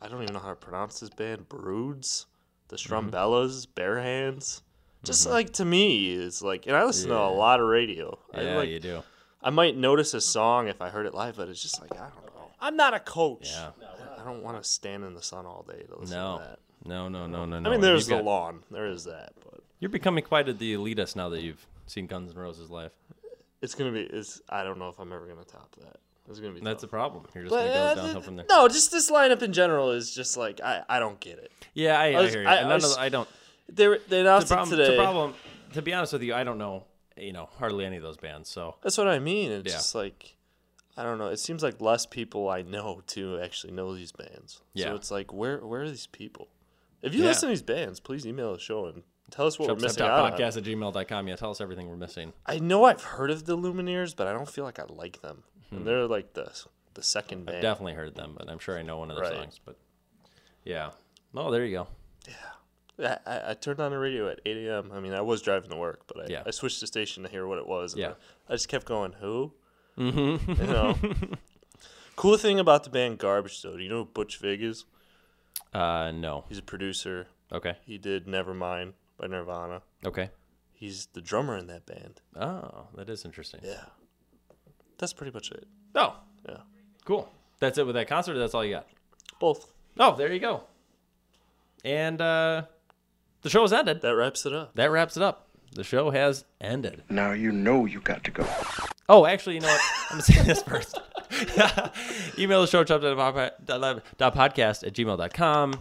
Speaker 5: I don't even know how to pronounce this band. Broods, the
Speaker 9: Mm-hmm.
Speaker 5: Strumbellas, Bare Hands. Just like to me, it's like, and I listen to
Speaker 9: Yeah.
Speaker 5: a lot of radio. I,
Speaker 9: Yeah,
Speaker 5: like,
Speaker 9: you do.
Speaker 5: I might notice a song if I heard it live, but it's just like I don't know. I'm not a coach. Yeah. I don't want to stand in the sun all day to listen
Speaker 9: No.
Speaker 5: to that.
Speaker 9: No, no, no, no, no.
Speaker 5: I mean,
Speaker 9: And
Speaker 5: there's
Speaker 9: you've
Speaker 5: the
Speaker 9: got-
Speaker 5: lawn. There is that, but
Speaker 9: You're becoming quite a, the elitist now that you've seen Guns N' Roses live.
Speaker 5: it's gonna be. It's. I don't know if I'm ever gonna top that. It's gonna be.
Speaker 9: That's
Speaker 5: tough.
Speaker 9: the problem. You're just
Speaker 5: But,
Speaker 9: gonna go
Speaker 5: uh,
Speaker 9: downhill
Speaker 5: th-
Speaker 9: from there.
Speaker 5: No, just this lineup in general is just like I. I don't get it.
Speaker 9: Yeah, I, I,
Speaker 5: was-
Speaker 9: hear you. And none of
Speaker 5: was-
Speaker 9: the- I don't.
Speaker 5: They were- they announced
Speaker 9: the
Speaker 5: it
Speaker 9: problem,
Speaker 5: today.
Speaker 9: The problem, to be honest with you, I don't know. You know, hardly any of those bands. So
Speaker 5: That's what I mean. It's
Speaker 9: Yeah.
Speaker 5: just like I don't know. It seems like less people I know to actually know these bands.
Speaker 9: Yeah.
Speaker 5: So it's like where where are these people? If you
Speaker 9: Yeah.
Speaker 5: listen to these bands, please email the show and tell us what we're missing out on.
Speaker 9: Podcast at gmail.com. Yeah, tell us everything we're missing.
Speaker 5: I know I've heard of the Lumineers, but I don't feel like I like them.
Speaker 9: Hmm.
Speaker 5: And they're like the the second band.
Speaker 9: I've definitely heard them, but I'm sure I know one of their
Speaker 5: Right.
Speaker 9: songs. But yeah. Oh, there you go.
Speaker 5: I, I, I turned on the radio at 8 a.m. I mean, I was driving to work, but I,
Speaker 9: Yeah.
Speaker 5: I switched the station to hear what it was. and
Speaker 9: Yeah.
Speaker 5: I, I just kept going, who?
Speaker 9: Mhm.
Speaker 5: You know? cool thing about the band Garbage, though, do you know who Butch Vig is?
Speaker 9: Uh, no.
Speaker 5: He's a producer.
Speaker 9: Okay.
Speaker 5: He did Nevermind by Nirvana.
Speaker 9: Okay.
Speaker 5: He's the drummer in that band.
Speaker 9: Oh, that is interesting.
Speaker 5: Yeah. That's pretty much it.
Speaker 9: Oh.
Speaker 5: Yeah.
Speaker 9: Cool. That's it with that concert. Or that's all you got.
Speaker 5: Both.
Speaker 9: Oh, there you go. And uh, the show has ended.
Speaker 5: That wraps it up.
Speaker 9: That wraps it up. The show has ended.
Speaker 15: Now you know you got to go.
Speaker 9: Oh, actually, you know what? I'm gonna say this first. Email the show podcast at gmail.com.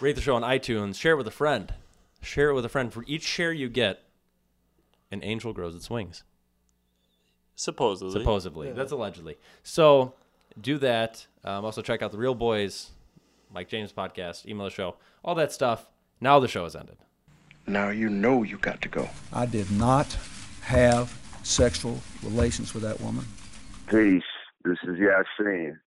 Speaker 9: Rate the show on iTunes. Share it with a friend. Share it with a friend. For each share you get, an angel grows its wings.
Speaker 5: Supposedly.
Speaker 9: Supposedly.
Speaker 5: Yeah.
Speaker 9: That's allegedly. So do that. Um, also check out the Real Boys, Mike James podcast, email the show, all that stuff. Now the show has ended.
Speaker 15: Now you know you got to go.
Speaker 16: I did not have sexual relations with that woman.
Speaker 17: Peace. This is Yasin.